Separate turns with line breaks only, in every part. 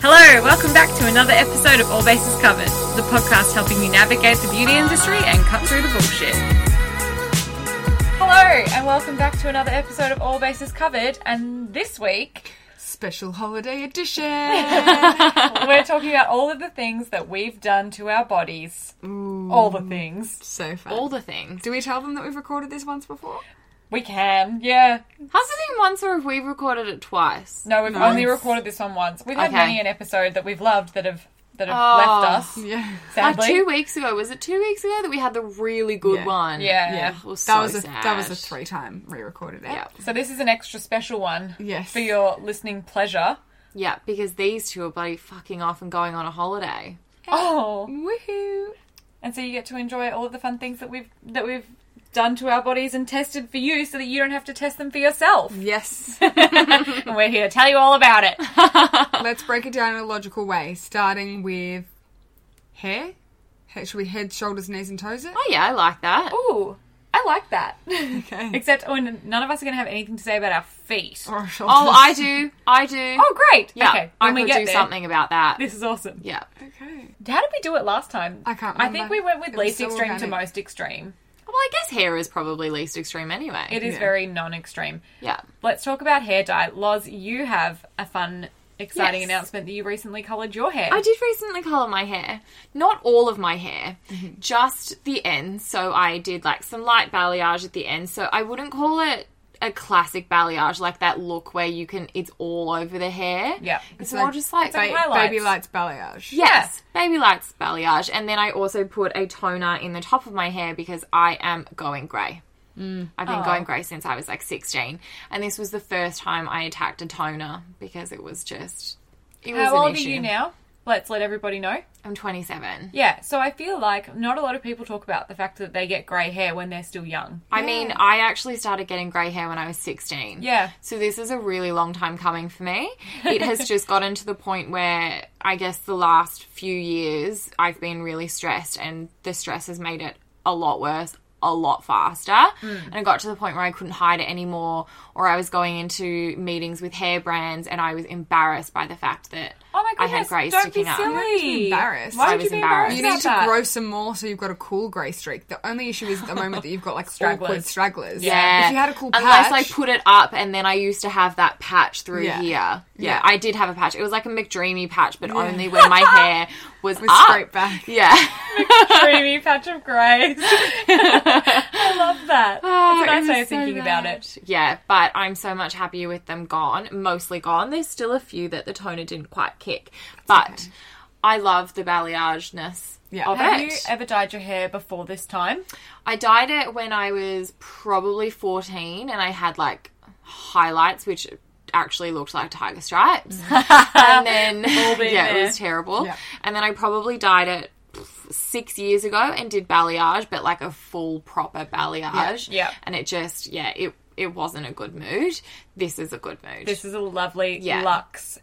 Hello, welcome back to another episode of All Bases Covered, the podcast helping you navigate the beauty industry and cut through the bullshit. Hello, and welcome back to another episode of All Bases Covered. And this week,
Special holiday edition.
we're talking about all of the things that we've done to our bodies. All the things.
so fun.
all the things.
Do we tell them that we've recorded this once before?
We can, yeah.
Has it been once or have we recorded it twice?
No, we've only recorded this one once. We've had
Okay.
many an episode that we've loved that have that have
Oh.
left us.
Yeah.
Like
Sadly.
two weeks ago, was it two weeks ago that we had the really good
Yeah.
one?
Yeah.
Ugh, it was
that
so
was a
sad.
that was a three time re recorded it.
Yeah,
So this is an extra special one
Yes.
for your listening pleasure.
yeah, because these two are bloody fucking off and going on a holiday.
Oh.
Woohoo.
and so you get to enjoy all of the fun things that we've that we've done to our bodies and tested for you so that you don't have to test them for yourself
Yes.
and we're here to tell you all about it Oh,
Let's break it down in a logical way, starting with hair. He- Should we head, shoulders, knees, and toes it?
Oh yeah, I like that.
ooh i like that
Okay.
except oh, and none of us are going to have anything to say about our feet
Or shoulders.
Oh, I do, I do.
oh great
yeah,
okay
I
when we
could
get
do
there.
something about that.
this is awesome
Yeah,
Okay.
how did we do it last time
I can't
i think
remember.
we went with
It was
least
so
extreme to
organic.
most extreme
well, I guess hair is probably least extreme anyway.
it is
Yeah.
very non-extreme
Yeah.
let's talk about hair dye loz you have a fun exciting
Yes.
announcement that you recently colored your hair
I did recently colour my hair. Not all of my hair,
Mm-hmm.
just the ends. So I did like some light balayage at the end. So I wouldn't call it a classic balayage, like that look where you can, it's all over the hair.
Yeah.
It's
It's, more
like
just like,
like
Ba-
highlights.
baby lights balayage.
yes, baby lights balayage. And then I also put a toner in the top of my hair because I am going grey. I've been
Oh.
going grey since I was like 16. And this was the first time I attacked a toner because it was just, it was
how
an
old
issue.
are you now let's let everybody know
I'm 27.
Yeah, so I feel like not a lot of people talk about the fact that they get grey hair when they're still young.
I mean, I actually started getting grey hair when I was 16.
Yeah.
So this is a really long time coming for me. It has just gotten to the point where I guess the last few years I've been really stressed and the stress has made it a lot worse. A lot faster,
Hmm.
and I got to the point where I couldn't hide it anymore, or I was going into meetings with hair brands, and I was embarrassed by the fact that
Oh my
I
goodness!
had grey
don't be
sticking up.
silly.
embarrassed.
Why
I
would you
was
be embarrassed?
embarrassed.
You
It's
need to
about that?
grow some more so you've got a cool grey streak. The only issue is at the moment that you've got like
Stragglers.
awkward stragglers.
Yeah.
If you had a cool patch,
Unless I put it up and then I used to have that patch through
Yeah.
here. Yeah,
Yeah.
I did have a patch. It was like a McDreamy patch, but only where my hair was
with
up.
straight back.
Yeah.
Creamy patch of grey. I love that. That's a
Oh, It
nice
was
way of
so
thinking about
bad.
it.
Yeah, but I'm so much happier with them gone, mostly gone. There's still a few that the toner didn't quite kick, but I love the balayage-ness
Yeah.
of
Have
it.
you ever dyed your hair before this time?
I dyed it when I was probably 14 and I had like highlights which actually looked like tiger stripes. and then
been
yeah,
there.
it was terrible.
Yeah.
And then I probably dyed it pff, 6 years ago and did balayage but like a full proper balayage.
Yeah.
And it just yeah, it it wasn't a good mood. This is a good mood.
This is a lovely,
Yeah.
luxe,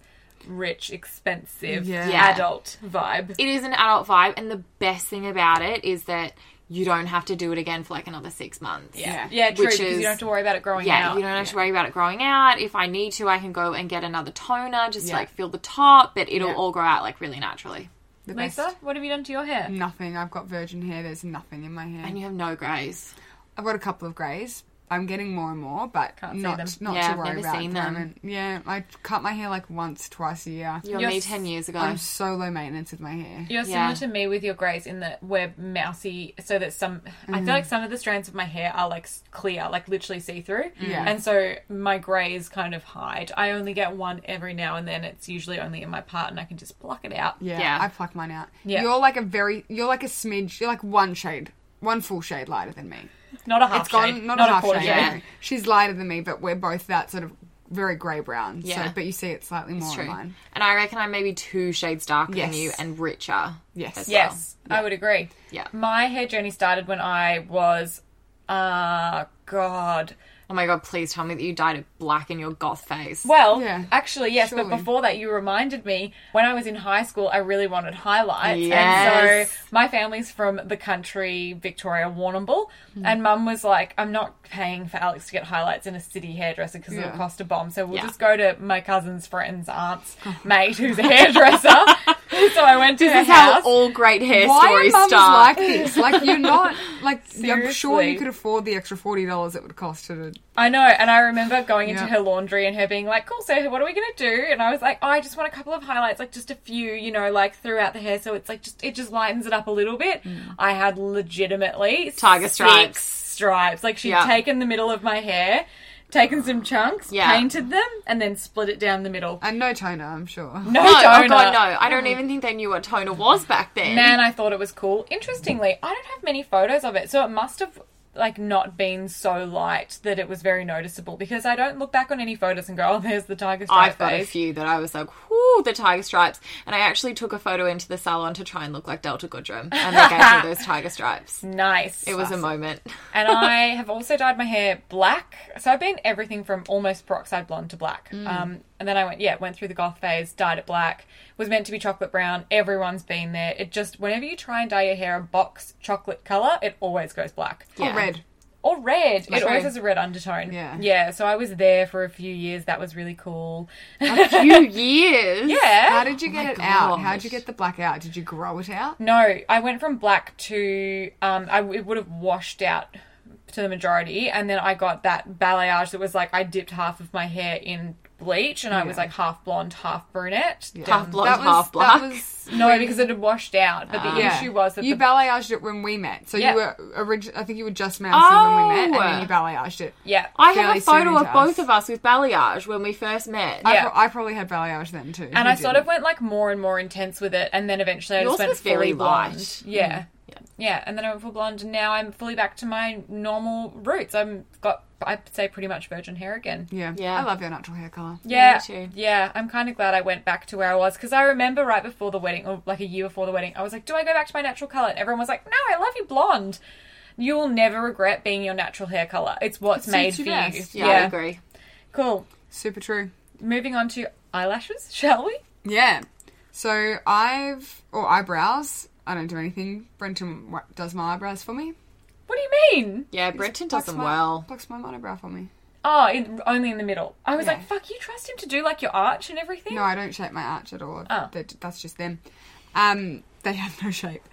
rich, expensive,
Yeah.
Yeah.
adult vibe.
it is an adult vibe and the best thing about it is that you don't have to do it again for like another 6 months.
Yeah,
Yeah.
yeah, true.
Which
because you
is-
don't have to worry about it growing
Yeah,
out.
you don't have to worry about it growing out. If I need to, I can go and get another toner just
Yeah.
to like fill the top, but it'll
Yeah.
all grow out like really naturally.
The best.
Lisa, what have you done to your hair?
Nothing. I've got virgin hair. There's nothing in my hair.
And you have no grays.
I've got a couple of greys. I'm getting more and more, but
Can't see them.
not not
Yeah,
to
I've
worry
never
about at
seen
the
them.
moment. Yeah, I cut my hair like once, twice a year.
You were
You're
me
s-
10 years ago.
I'm so low maintenance with my hair.
You're
Yeah.
similar to me with your greys in that we're mousy, so that some. I feel like
Mm.
some of the strands of my hair are like s- clear, like literally see through.
Yeah.
And so my greys kind of hide. I only get one every now and then. It's usually only in my part, and I can just pluck it out.
Yeah,
Yeah.
I pluck mine out.
Yeah.
You're like a very, you're like a smidge, you're like one shade, one full shade lighter than me.
Not a half
it's gone,
shade.
not, a half
quarter
shade.
shade.
no. She's lighter than me, but we're both that sort of very grey brown.
Yeah.
So, but you see it slightly more
True.
on mine.
And I reckon I'm maybe two shades darker than
Yes.
you and richer.
Yes.
as well.
Yes, I would agree.
Yeah.
My hair journey started when I was, uh, God,
Oh my god, please tell me that you dyed it black in your goth face.
Well,
Yeah.
actually, yes, but
Surely.
before that, you reminded me when I was in high school, I really wanted highlights. And
Yes.
so my family's from the country, Victoria, Warrnambool.
Hmm.
And mum was like, I'm not paying for Alex to get highlights in a city hairdresser because it'll
Yeah.
cost a bomb. So we'll
Yeah.
just go to my cousin's friend's aunt's mate who's a hairdresser. so I went to her
This is how
house.
all great hair
Why are
stories
mums
start.
like this? Like you're not like I'm sure
Seriously.
you could afford the extra forty dollars it would cost to.
I know, and I remember going into
Yeah.
her laundry and her being like, "Cool, so what are we gonna do?" And I was like, oh, "I just want a couple of highlights, like just a few, you know, like throughout the hair, so it's like just it just lightens it up a little bit." I had legitimately
Mm. Tiger
six
stripes.
stripes. Like she'd
Yeah.
taken the middle of my hair, taken some chunks,
Yeah.
painted them, and then split it down the middle.
And no toner, I'm sure.
No,
No,
toner.
oh god, no. I don't even think they knew what toner was back then.
Man, I thought it was cool. Interestingly, I don't have many photos of it, so it must have like not been so light that it was very noticeable because I don't look back on any photos and go, "Oh, there's the tiger stripe."
I've got a
face."
few that I was like, whoo, the tiger stripes. And I actually took a photo into the salon to try and look like Delta Goodrem. And they gave me those tiger stripes.
Nice.
It was a moment.
and I have also dyed my hair black. So I've been everything from almost peroxide blonde to black.
Mm.
Um, and then I went, yeah, went through the goth phase, dyed it black. Was meant to be chocolate brown. Everyone's been there. It just whenever you try and dye your hair a box chocolate color, it always goes black
Or
Yeah.
red.
or red. It
True.
always has a red undertone.
Yeah.
Yeah. So I was there for a few years. That was really cool.
few years.
How
yeah.
did you get
my
it out?
gosh.
How did you get the black out? Did you grow it out?
No, I went from black to um, I it would have washed out to the majority, and then I got that balayage that was like I dipped half of my hair in bleach, and I was
Yeah.
like half blonde, half brunette.
Half
Um,
blonde, half black.
That was,
No, because it had washed out. But the
yeah.
issue was that
Ah. you
the
balayaged it when we met. So
Yeah.
you were originally, I think you were just mousing when we met, and
Oh.
then you balayaged it.
yeah.
I have
Fairly
a photo
soon
of
to us.
both of us with balayage when we first met.
I,
Yeah.
pro- I probably had balayage then too.
and
You
I sort
didn't.
of went like more and more intense with it, and then eventually I
Yours
just went
was very
fully blonde.
light.
Yeah.
Yeah.
Yeah, and then I went full blonde, and now I'm fully back to my normal roots. I'm got, I'd say, pretty much virgin hair again.
Yeah.
Yeah.
I love your natural hair color.
Yeah,
me too.
yeah. I'm kind of glad I went back to where I was because I remember right before the wedding, or like a year before the wedding, I was like, "Do I go back to my natural color?" And everyone was like, "No, I love you blonde. You will never regret being your natural hair color. It's what's
It
made
suits
for
you
you."
best.
Yeah, I agree.
cool.
Super true.
Moving on to eyelashes, shall we?
Yeah. So I've or eyebrows. I don't do anything. Brenton wa- does my eyebrows for me.
What do you mean?
Yeah, Brenton does
Plucks
them
my-
well.
Plucks my monobrow for me.
Oh, in, only in the middle. I was
Yeah.
like, "Fuck, you trust him to do like your arch and everything?"
No, I don't shape my arch at all.
Oh.
They're- That's just them. Um, they have no shape.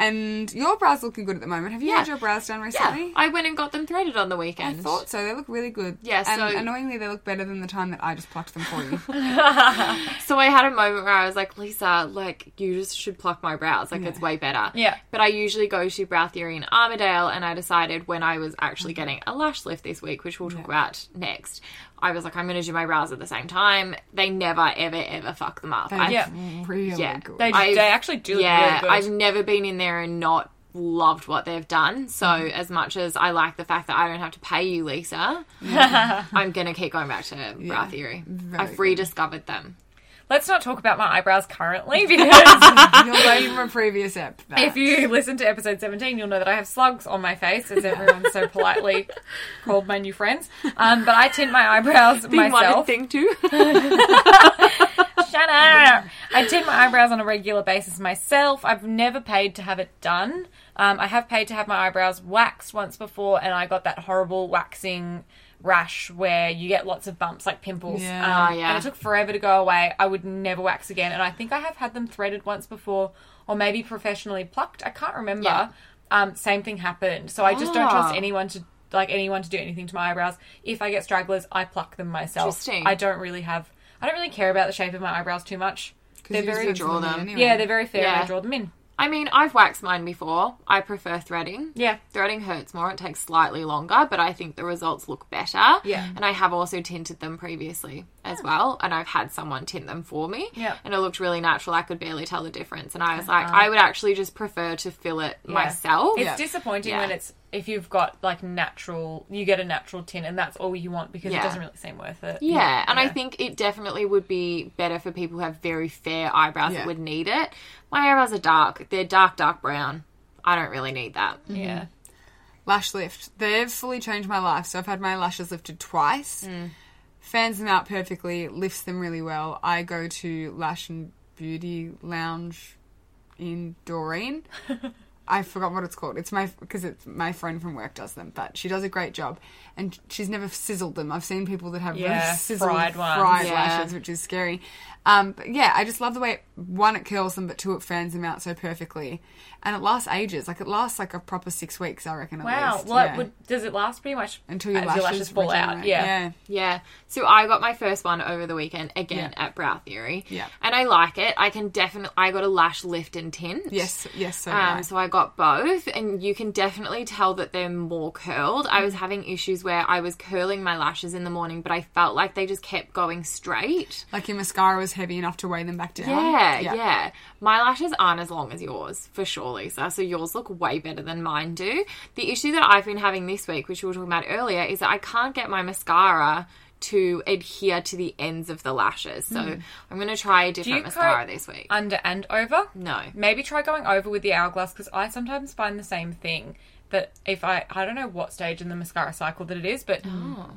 And your brows looking good at the moment. Have you had
Yeah.
your brows done
Yeah,
recently?
I went and got them threaded on the
I
weekend.
thought so. They look really good.
Yeah,
And
so-
annoyingly, they look better than the time that I just plucked them for you.
So I had a moment where I was like, Lisa, like, you just should pluck my brows. Like, it's way better.
Yeah.
But I usually go to Brow Theory in Armadale, and I decided when I was actually getting a lash lift this week, which we'll talk about next, I was like, I'm going to do my brows at the same time. They never, ever, ever fuck them up.
They
I-
look
Yeah.
really
Yeah.
good.
Oh They,
I've-
they actually do look
yeah,
really
I've
good.
never been in there and not loved what they've done. So
Mm-hmm.
as much as I like the fact that I don't have to pay you, Lisa,
Mm-hmm.
I'm gonna keep going back to brow theory.
very
I've
good.
rediscovered them.
Let's not talk about my eyebrows currently because
You'll learn from previous ep. that.
If you listen to episode 17, you'll know that I have slugs on my face, as everyone so politely called my new friends. Um, but I tint my eyebrows
Being one
myself.
thing too.
Shut up! I tint my eyebrows on a regular basis myself. I've never paid to have it done. Um, I have paid to have my eyebrows waxed once before, and I got that horrible waxing rash where you get lots of bumps like pimples.
Yeah.
Um,
Ah, yeah.
And it took forever to go away. I would never wax again. And I think I have had them threaded once before, or maybe professionally plucked. I can't remember.
Yeah.
Um, same thing happened. So I just don't
Ah.
trust anyone to like anyone to do anything to my eyebrows. If I get stragglers, I pluck them myself.
Interesting.
I don't really have. I don't really care about the shape of my eyebrows too much.
'Cause
They're
you just
very
don't
draw
them in
them.
anyway.
yeah, they're very fair. and I
Yeah.
draw them in.
I mean, I've waxed mine before. I prefer threading.
Yeah.
Threading hurts more, it takes slightly longer, but I think the results look better.
Yeah.
And I have also tinted them previously as well. And I've had someone tint them for me.
Yeah. Uh-huh.
And it looked really natural. I could barely tell the difference. And I was like, I would actually just prefer to fill it myself.
It's
Yeah.
disappointing
Yeah.
when it's if you've got like natural, you get a natural tint, and that's all you want because it
Yeah.
doesn't really seem worth it.
Yeah, and I think it definitely would be better for people who have very fair eyebrows
Yeah.
that would need it. My eyebrows are dark. They're dark, dark brown. I don't really need that.
yeah.
Lash lift. They've fully changed my life. So I've had my lashes lifted twice.
Mm.
Fans them out perfectly, lifts them really well. I go to Lash and Beauty Lounge in Doreen. I forgot what it's called. It's my because it's my friend from work does them, but she does a great job, and she's never sizzled them. I've seen people that have
Yeah,
really sizzled
fried ones.
fried
Yeah.
lashes, which is scary. Um, but yeah, I just love the way it, one it curls them, but two it fans them out so perfectly, and it lasts ages. Like it lasts like a proper six weeks, I reckon. At
Wow.
least.
Well, it
Yeah.
would, does it last pretty much
until your
as
lashes,
your lashes fall out?
regenerate.
Yeah.
Yeah. So I got my first one over the weekend again at Brow Theory.
Yeah.
And I like it. I can definitely I got a lash lift and tint.
Yes. Yes. So, do I.
Um, so I got both, and you can definitely tell that they're more curled. I
Mm.
was having issues where I was curling my lashes in the morning, but I felt like they just kept going straight.
like your mascara was heavy enough to weigh them back down.
Yeah, yeah, My lashes aren't as long as yours, for sure, Lisa. So yours look way better than mine do. The issue that I've been having this week, which we were talking about earlier, is that I can't get my mascara to adhere to the ends of the lashes. So I'm going to try a different
you
mascara
coat-
this week.
Under and over?
no.
Maybe try going over with the hourglass because I sometimes find the same thing that if I I don't know what stage in the mascara cycle that it is, but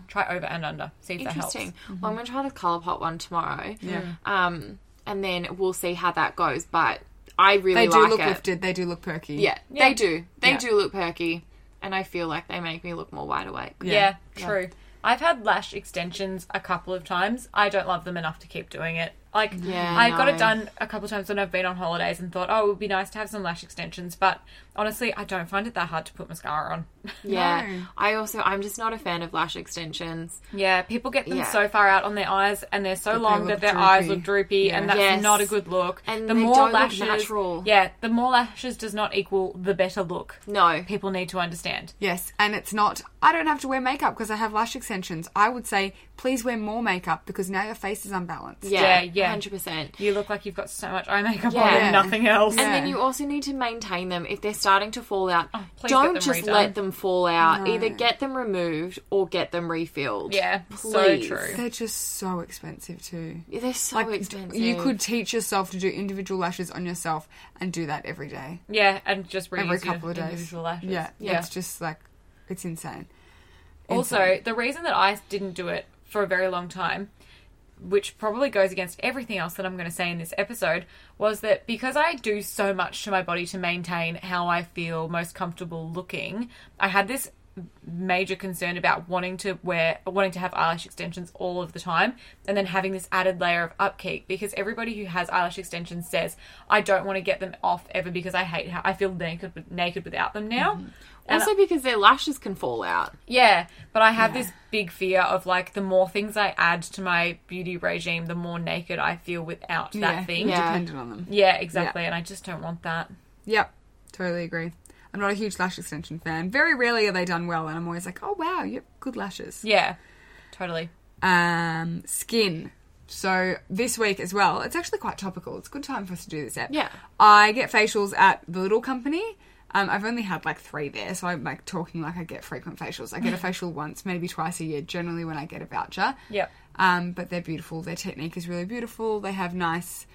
try over and under. See if that helps.
Oh. Interesting. Well, I'm going to try the Colourpop one tomorrow. Yeah. Um, and then we'll see how that goes. But I really
They do
like
look
it.
lifted. They do look perky.
Yeah,
Yeah.
they do. They
Yeah.
do look perky, and I feel like they make me look more wide awake.
Yeah, true. I've had lash extensions a couple of times. I don't love them enough to keep doing it. Like,
Yeah,
I got it
no.
done a couple of times when I've been on holidays and thought, oh, it would be nice to have some lash extensions. But honestly, I don't find it that hard to put mascara on.
Yeah.
No.
I also I'm just not a fan of lash extensions.
yeah, people get them
Yeah.
so far out on their eyes and they're so
they
long
look
that their eyes
droopy.
look droopy, and
Yeah.
that's
Yes.
not a good look.
And they don't look natural.
Yeah, the more lashes does not equal the better look.
No.
People need to understand.
Yes, and it's not. I don't have to wear makeup because I have lash extensions. I would say please wear more makeup because now your face is unbalanced.
Yeah,
Yeah,
yeah.
yeah, 100%.
You look like you've got so much eye makeup on
Yeah.
and nothing else.
And then
Yeah. Oh,
you also need to maintain them if they're starting to fall out.
please
don't
get them
just
redone.
let them fall out.
No.
Either get them removed or get them refilled.
Yeah, so true.
They're just so expensive too.
They're so
Oh,
Like
expensive.
you could teach yourself to do individual lashes on yourself and do that every day,
Yeah, and just reuse
every
your
couple of days.
individual lashes.
Yeah,
yeah.
it's just like it's insane.
also, the reason that I didn't do it for a very long time, which probably goes against everything else that I'm going to say in this episode, was that because I do so much to my body to maintain how I feel most comfortable looking, I had this major concern about wanting to wear wanting to have eyelash extensions all of the time and then having this added layer of upkeep because everybody who has eyelash extensions says I don't want to get them off ever because I hate how I feel naked naked without them now And
also because their lashes can fall out.
yeah, but I have this big fear of like the more things I add to my beauty regime, the more naked I feel without
yeah,
that thing.
Yeah.
Yeah,
dependent on them.
exactly. And I just don't want that.
Yep, totally agree. I'm not a huge lash extension fan. Very rarely are they done well, and I'm always like, oh wow, you have good lashes.
Yeah, totally.
um, skin. So this week as well, it's actually quite topical. It's a good time for us to do this. Ep.
Yeah.
I get facials at the Little Company. Um, I've only had like three there, so I'm like talking like I get frequent facials. I get a facial once, maybe twice a year, generally when I get a voucher.
Yep.
Um, but they're beautiful. Their technique is really beautiful. They have nice,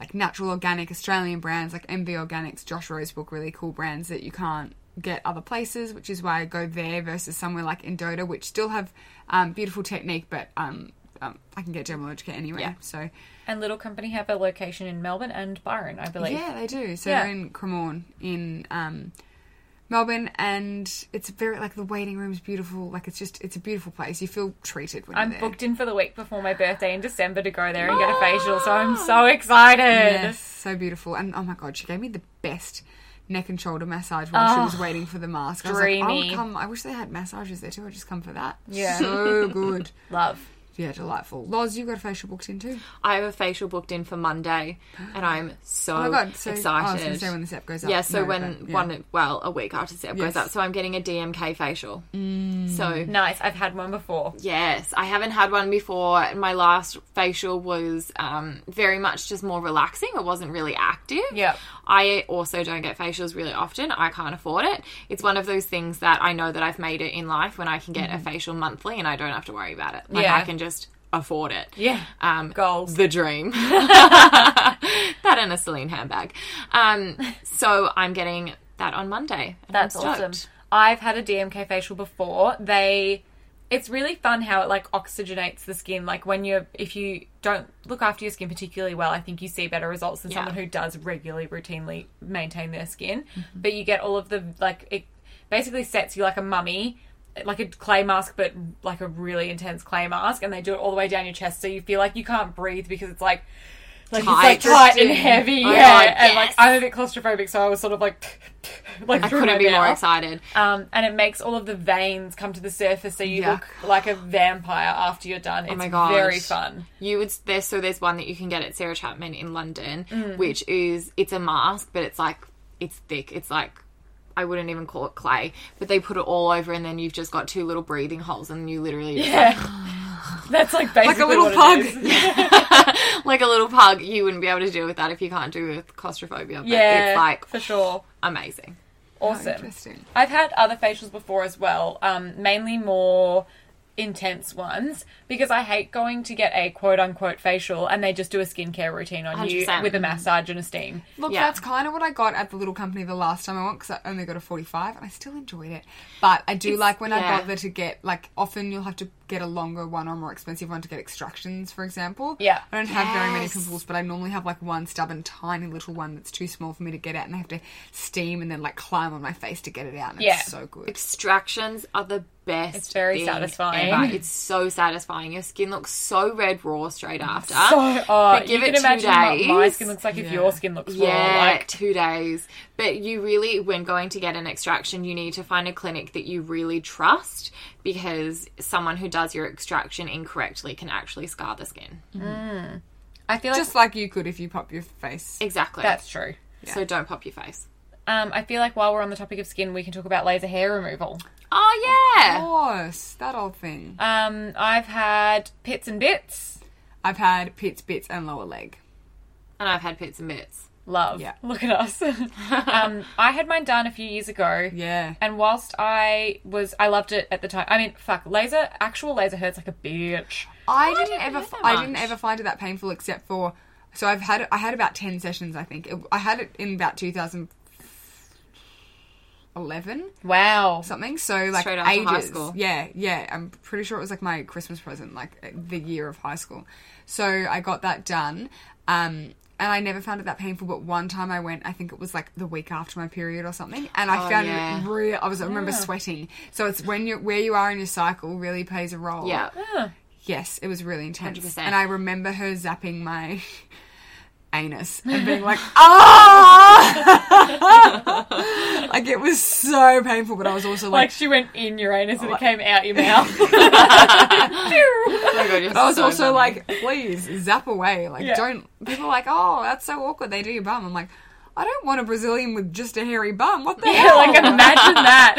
like natural, organic Australian brands like MV Organics, Josh Rosebrook, really cool brands that you can't get other places, which is why I go there versus somewhere like Endota, which still have um, beautiful technique, but um, um, I can get Dermalogica anywhere.
Yeah.
So
And Little Company have a location in Melbourne and Byron, I believe.
yeah, they do. So
Yeah.
they're in Cremorne in um, Melbourne, and it's very like the waiting room's beautiful. Like it's just it's a beautiful place. You feel treated when
I'm
you're there.
booked in for the week before my birthday in December to go there and get a facial, so I'm so excited.
Yes, so beautiful. And oh my god, she gave me the best neck and shoulder massage while she was waiting for the mask. I was like, I
Oh, dreamy.
would come. I wish they had massages there too. I'd just come for that.
Yeah.
so good.
Love.
Yeah, delightful. Loz, you got a facial booked in too.
I have a facial booked in for Monday, and I'm so
Oh my god, so
excited.
Oh, I was going to say when this app goes up.
Yeah, so
No,
when
but, yeah.
one well, a week after step
Yes. Mm.
goes up, so I'm getting a DMK facial. So
Nice. I've had one before.
yes, I haven't had one before. and My last facial was um, very much just more relaxing. It wasn't really active.
Yep.
I also don't get facials really often. I can't afford it. It's one of those things that I know that I've made it in life when I can get a facial monthly and I don't have to worry about it.
Mm-hmm.
Like
Yeah.
I can just afford it.
Yeah.
Um,
Goals.
the dream. that and a Celine handbag. Um, so I'm getting that on Monday. and
That's
I'm stoked.
awesome. I've had a DMK facial before. They it's really fun how it like oxygenates the skin. Like when you're if you don't look after your skin particularly well, I think you see better results than
Yeah. Mm-hmm.
someone who does regularly routinely maintain their skin. But you get all of the like it basically sets you like a mummy like a clay mask but like a really intense clay mask and they do it all the way down your chest so you feel like you can't breathe because it's like like it's
Tight.
like tight and heavy
Oh my
yeah
God,
and like
yes.
I'm a bit claustrophobic so I was sort of like like
I
through
couldn't
my
be more
mouth.
excited.
Um, and it makes all of the veins come to the surface, so you
Yuck.
look like a vampire after you're done. It's
Oh my gosh.
very fun.
You would there's so there's one that you can get at Sarah Chapman in London,
Mm.
which is it's a mask, but it's like it's thick. It's like I wouldn't even call it clay, but they put it all over, and then you've just got two little breathing holes, and you literally just
Yeah, that's like basically
little
what it
pug.
is.
like a little pug. You wouldn't be able to deal with that if you can't do with claustrophobia. But
Yeah,
it's like oh,
for sure.
amazing.
Awesome.
Oh, Interesting.
I've had other facials before as well, um, mainly more intense ones because I hate going to get a quote unquote facial and they just do a skincare routine on you
100%.
with a massage and a steam.
Look,
Yeah.
that's kind of what I got at the little company the last time I went because I only got a 45 and I still enjoyed it. But I do like when
yeah.
I bother to get, like, often you'll have to get a longer one or a more expensive one to get extractions, for example.
Yeah.
I don't have very many
Yes.
pimples, but I normally have, like, one stubborn, tiny little one that's too small for me to get out and I have to steam and then, like, climb on my face to get it out. And
Yeah.
It's so good.
Extractions are the best.
It's very
thing
satisfying.
ever. It's so satisfying. Your skin looks so red raw straight after.
So, oh,
But give
you
it
can
two
imagine what my
days.
skin looks like if
Yeah.
your skin looks raw.
yeah,
Like,
two days. But you really, when going to get an extraction, you need to find a clinic that you really trust because someone who does your extraction incorrectly can actually scar the skin.
I feel like
Just like you could if you pop your face.
Exactly.
that's true.
So don't pop your face.
Um, I feel like while we're on the topic of skin, we can talk about laser hair removal.
Oh
Of
yeah.
course. That old thing.
Um, I've had pits and bits.
I've had pits, bits, and lower leg.
And I've had pits and bits.
Love.
Yeah.
Look at us. um, I had mine done a few years ago.
Yeah.
And whilst I was, I loved it at the time. I mean, fuck, laser, actual laser hurts like a bitch.
I didn't,
didn't
ever.
know
f-
that
I didn't
much.
ever find it that painful, except for. So I've had. it- I had about ten sessions. I think it, I had it in about 2011
Wow.
something. So like
Straight after
ages.
high school.
Yeah, yeah. I'm pretty sure it was like my Christmas present, like eh, the year of high school. So I got that done. Um, and I never found it that painful, but one time I went, I think it was like the week after my period or something, and I
Oh,
found
yeah.
it real. I was, I remember sweating. So it's when you are where you are in your cycle really plays a role.
Yeah.
Yes, it was really intense.
100%.
And I remember her zapping my anus and being like, "Ah!" like it was so painful, but I was also
Like
like,
she went in your anus and it came out your mouth. Ew.
Oh my god. You're
but I was
so
also
funny.
like, "Please zap away!" Like,
Yeah.
don't. People are like, "Oh, that's so awkward." They do your bum. I'm like, I don't want a Brazilian with just a hairy bum. What the
Yeah,
hell?
like imagine that.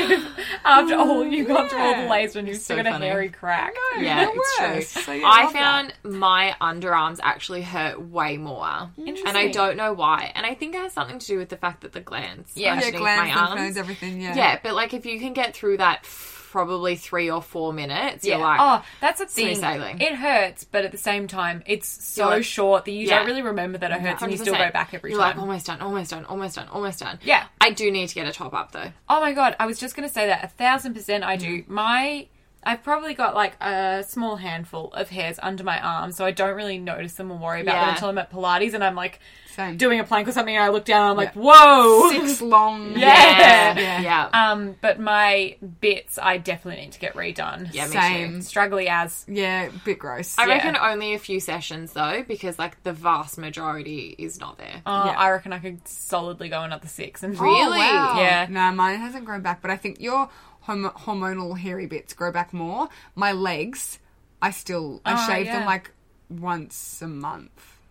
After all you got through all the
Yeah.
laser and you've still
so
got a
funny.
hairy crack.
Yeah,
the
it's
worst.
true.
So you
I
love
found my underarms actually hurt way more. And I
Interesting.
don't know why. And I think it has something to do with the fact that the glands
Yeah.
yeah,
yeah,
underneath
glands,
my
lymph
arms.
nodes, everything. Yeah,
Yeah, but like if you can get through that f- probably three or four minutes, you're like,
oh, that's a thing.
sailing.
It hurts, but at the same time, it's so
You're like-
short that you
Yeah.
don't really remember that it hurts, and you still
100%.
go back every
you're
time.
like "Oh almost done, almost done, almost done, almost done.
Yeah.
I do need to get a top up though.
Oh my god, I was just gonna say that a thousand percent I do.
Mm-hmm.
My I've probably got like a small handful of hairs under my arm, so I don't really notice them or worry about
Yeah.
them until I'm at Pilates and I'm like
same.
doing a plank or something, and I look down and I'm like,
Yeah.
whoa.
six long.
Yeah.
yeah.
Yeah.
Um, but my bits I definitely need to get redone.
Yeah, me too.
Same.
Struggly as
Yeah, bit gross.
I
Yeah.
reckon only a few sessions though, because like the vast majority is not there.
uh,
Yeah.
I reckon I could solidly go another six and
Really? Oh,
Yeah.
No, mine hasn't grown back, but I think your hom- hormonal hairy bits grow back more. My legs, I still I
Oh,
shave
yeah.
them like once a month.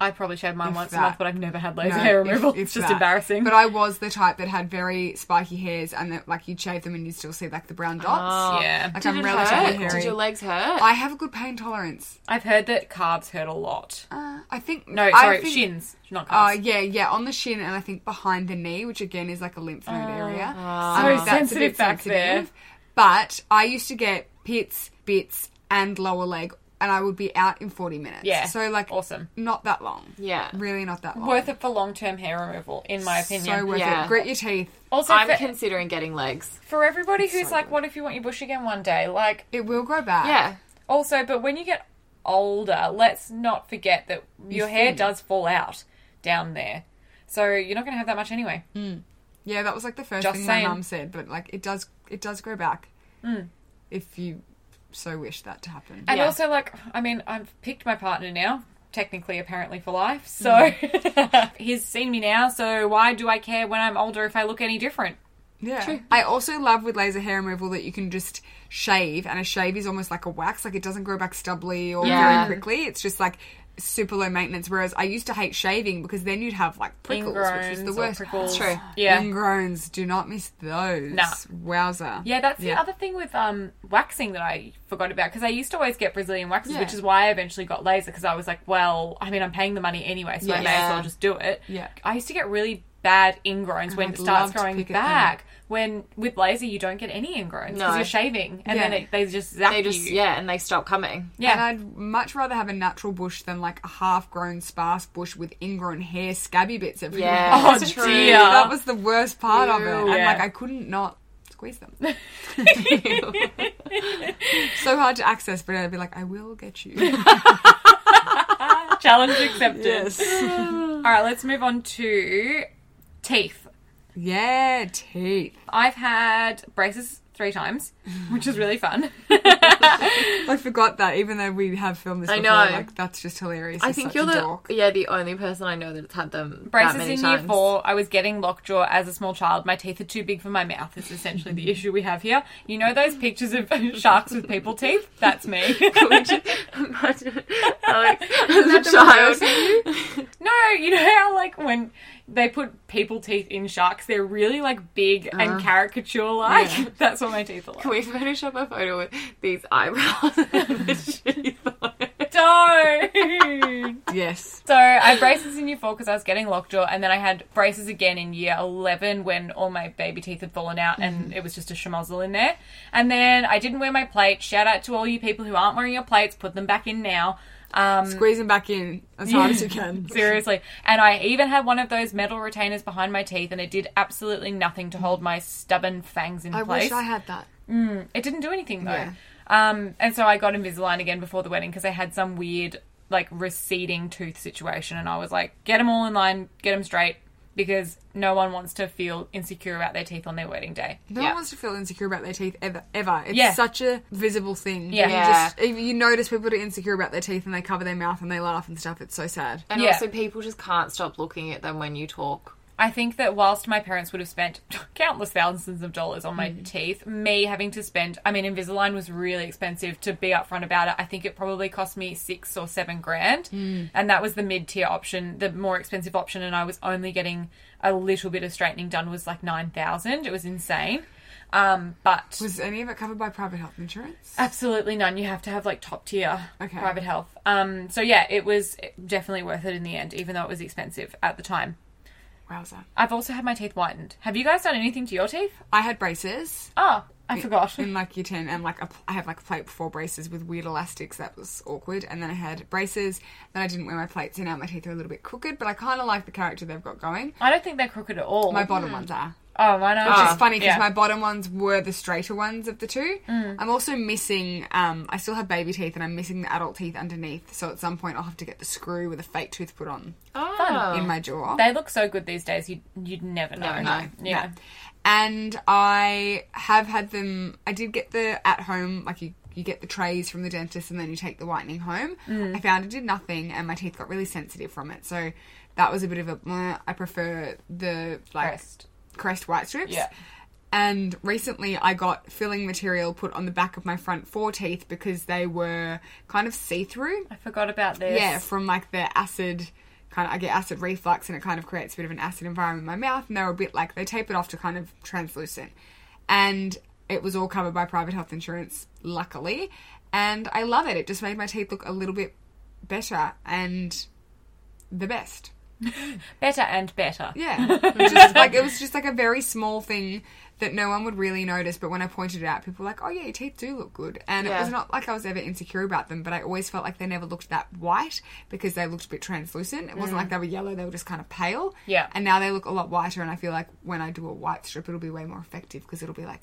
I probably shaved mine once a
that.
month, but I've never had laser
No,
hair
if-
removal.
if
it's just
that.
embarrassing.
But I was the type that had very spiky hairs, and that like you would shave them and you still see like the brown dots.
Oh.
yeah.
Like
Did
I'm
it
relatively
hurt?
hairy.
Did your legs hurt?
I have a good pain tolerance.
I've heard that calves hurt a lot.
Uh, I think
No,
I
sorry,
think-
shins, not
Oh
calves.
yeah, yeah, on the shin, and I think behind the knee, which again is like a lymph node area.
Ah.
Um,
So
that's a bit
sensitive back there.
But I used to get pits, bits, and lower leg and I would be out in 40 minutes.
Yeah.
So, like,
Awesome.
not that long.
Yeah.
Really not that long.
Worth it for long term hair removal, in my opinion.
So worth
Yeah.
it. Grit your teeth.
also,
I'm
for,
considering getting legs.
for everybody who's
so
like, what if you want your bush again one day? Like,
It will grow back.
Yeah.
Also, but when you get older, let's not forget that your hair
thin.
does fall out down there. So you're not going to have that much anyway.
Yeah, that was like the first
Just
thing
saying. Mm.
my mum said, but like it does it does grow back. If you so wish that to happen.
And
Yeah.
also, like, I mean, I've picked my partner now, technically, apparently, for life.
Hmm.
So he's seen me now. So why do I care when I'm older if I look any different?
yeah. I also love with laser hair removal that you can just shave and a shave is almost like a wax, like it doesn't grow back stubbly or
Yeah.
very quickly. It's just like super low maintenance. Whereas I used to hate shaving because then you'd have like prickles, which is the
Ingrowns or
worst.
prickles.
That's true.
Yeah.
Ingrowns, do not miss those.
Nah.
Wowza.
Yeah, that's the
Yeah.
other thing with um, waxing that I forgot about because I used to always get Brazilian waxes,
Yeah.
which is why I eventually got laser because I was like, well, I mean, I'm paying the money anyway, so I
Yeah.
may as well just do it.
Yeah.
I used to get really bad ingrowns when
I'd
it starts
love to
growing
pick it
back. When with laser, you don't get any ingrowns because
No.
you're shaving, and then
Yeah.
it, they just zap
They just
you.
yeah, and they stop coming.
Yeah.
And I'd much rather have a natural bush than like a half grown sparse bush with ingrown hair, scabby bits everywhere.
Yeah.
Oh,
That's
dear.
true.
That was the worst part of it.
Ew.
And
Yeah.
like I couldn't not squeeze them. so hard to access, but I'd be like, I will get you.
Challenge accepted. All right, let's move on to teeth.
yeah, teeth.
I've had braces three times, which is really fun.
I forgot that, even though we have filmed this
I
before,
know.
like that's just hilarious.
I
He's
think
such
you're
a
the
dork.
yeah the only person I know that's had them
braces
that many
in
times.
year four. I was getting lockjaw as a small child. My teeth are too big for my mouth. Is essentially the issue we have here. You know those pictures of sharks with people teeth? That's me.
Imagine Alex
that
as
the
a child.
reverse no, you know how like when they put people teeth in sharks, they're really like big
Uh-huh.
and caricature like. That's what my teeth are like.
Can we Photoshop a photo with these eyebrows? and the teeth on it?
Don't.
Yes.
So I had braces in year four because I was getting lockjaw, and then I had braces again in year eleven when all my baby teeth had fallen out,
Mm-hmm.
and it was just a schmozzle in there. And then I didn't wear my plate. Shout out to all you people who aren't wearing your plates. Put them back in now. Um,
Squeeze them back in as hard as you can.
seriously. And I even had one of those metal retainers behind my teeth, and it did absolutely nothing to hold my stubborn fangs in
I
place.
wish I had that.
It didn't do anything though.
Yeah.
Um, and so I got Invisalign again before the wedding because I had some weird, like, receding tooth situation. And I was like, get them all in line, get them straight, because no one wants to feel insecure about their teeth on their wedding day.
No
Yeah.
one wants to feel insecure about their teeth ever. Ever. It's
Yeah.
such a visible thing.
Yeah.
You, just, if you notice people are insecure about their teeth and they cover their mouth and they laugh and stuff. It's so sad.
And
Yeah.
also, people just can't stop looking at them when you talk.
I think that whilst my parents would have spent countless thousands of dollars on
Mm.
my teeth, me having to spend, I mean, Invisalign was really expensive to be upfront about it. I think it probably cost me six or seven grand.
Mm.
And that was the mid tier option, the more expensive option. And I was only getting a little bit of straightening done was like 9,000. It was insane. Um, but
Was any of it covered by private health insurance?
absolutely none. You have to have like top tier
Okay.
private health. Um, so yeah, it was definitely worth it in the end, even though it was expensive at the time.
Wowza.
I've also had my teeth whitened. Have you guys done anything to your teeth?
I had braces
Oh, I forgot.
in like year 10 and like a, I had like a plate before braces with weird elastics. That was awkward. And then I had braces. Then I didn't wear my plates and now my teeth are a little bit crooked, but I kind of like the character they've got going.
I don't think they're crooked at all.
My bottom ones are.
oh, mine are.
Which
Ah,
is funny because
yeah. Mm.
my bottom ones were the straighter ones of the two. I'm also missing, um, I still have baby teeth and I'm missing the adult teeth underneath. So at some point I'll have to get the screw with a fake tooth put on
Oh.
in my jaw.
They look so good these days. You'd you'd never know.
Never know.
Yeah.
No. And I have had them. I did get the at home, like you, you get the trays from the dentist and then you take the whitening home.
Mm.
I found it did nothing and my teeth got really sensitive from it. So that was a bit of a. "Meh." I prefer the like
Crest.
crest white strips.
Yeah.
And recently I got filling material put on the back of my front four teeth because they were kind of see through.
I forgot about this.
Yeah, from like the acid kind of, I get acid reflux and it kind of creates a bit of an acid environment in my mouth. And they're a bit like, they tape it off to kind of translucent. And it was all covered by private health insurance, luckily. And I love it. It just made my teeth look a little bit better and the best.
Better and better.
Yeah. It's just like it was just like a very small thing that no one would really notice, but when I pointed it out, people were like, "Oh yeah, your teeth do look good." And it
Yeah.
was not like I was ever insecure about them, but I always felt like they never looked that white because they looked a bit translucent. It wasn't like they were yellow; they were just kind of pale.
Mm. Yeah.
And now they look a lot whiter, and I feel like when I do a white strip, it'll be way more effective because it'll be like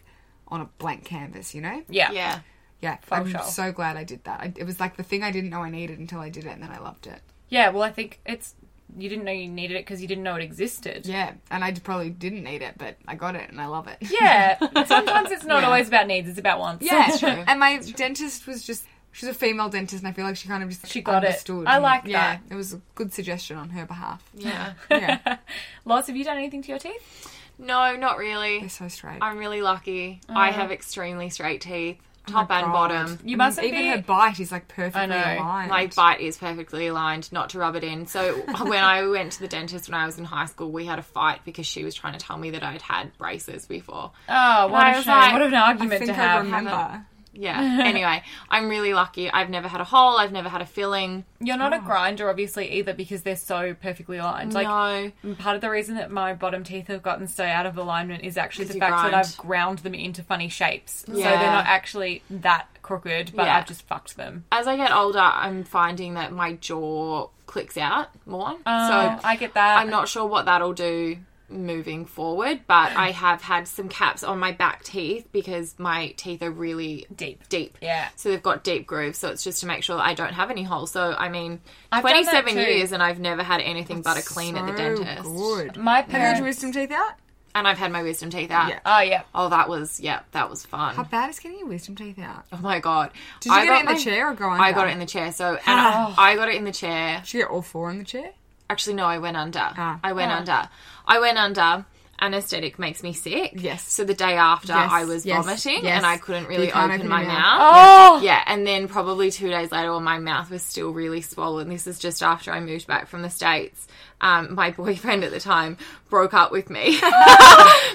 on a blank canvas, you know?
Yeah.
Yeah.
Yeah.
For
I'm
sure.
so glad I did that. I, it was like the thing I didn't know I needed until I did it, and then I loved it.
Yeah, well, I think it's you didn't know you needed it because you didn't know it existed.
Yeah, and I probably didn't need it, but I got it, and I love it.
Yeah. Sometimes it's not
Yeah.
always about needs; it's about wants.
Yeah,
That's true.
And my dentist was just she's a female dentist, and I feel like she kind of just
She got it.
understood.
I like
yeah, It was a good suggestion on her behalf.
Yeah.
Yeah,
Lots. Have you done anything to your teeth?
No, not really.
they're so straight.
I'm really lucky. I have extremely straight teeth, top
my God.
and
Mm,
bottom.
You mustn't
Even
be.
her bite is like perfectly
know.
aligned.
My bite is perfectly aligned, not to rub it in. So when I went to the dentist when I was in high school, we had a fight because she was trying to tell me that I'd had braces before.
oh, what
I
a
was
shame!
like-
what an
I
argument to
think I
have.
remember.
Yeah. anyway, I'm really lucky. I've never had a hole. I've never had a filling.
You're
Oh.
not a grinder, obviously, either, because they're so perfectly aligned. Like,
no.
And Part of the reason that my bottom teeth have gotten so out of alignment is actually the
'Cause you
fact that
grind.
I've ground them into funny shapes. So
Yeah.
they're not actually that crooked, but
Yeah.
I've just fucked them.
As I get older, I'm finding that my jaw clicks out more.
Uh,
so
I get that.
I'm not sure what that'll do moving forward, but I have had some caps on my back teeth because my teeth are really
Deep.
Deep.
Yeah.
So they've got deep grooves, so it's just to make sure that I don't have any holes. So I mean,
I've done that
27
too.
years and I've never had anything but a clean at the
So
dentist.
Good.
My
Have you had your
parents.
wisdom teeth out?
And I've had my wisdom teeth out.
Yeah.
Oh yeah.
Oh, that was yeah, that was
How
fun.
bad is getting your wisdom teeth out?
Oh my god.
Did you
I
get
got
it in the
my-
chair or go under? Ah.
I got it in the chair. So and I, I got it in the chair.
Did you get all four in the chair?
Actually, no, I went under.
Ah.
I went under. I went under. Anesthetic makes me sick.
Yes.
So the day after,
Yes,
I was
yes,
vomiting
yes.
and I couldn't really
You can't
open,
open
my
your
mouth.
Oh.
Yeah, and then probably two days later, well, my mouth was still really swollen. This is just after I moved back from the States. Um, my boyfriend at the time broke up with me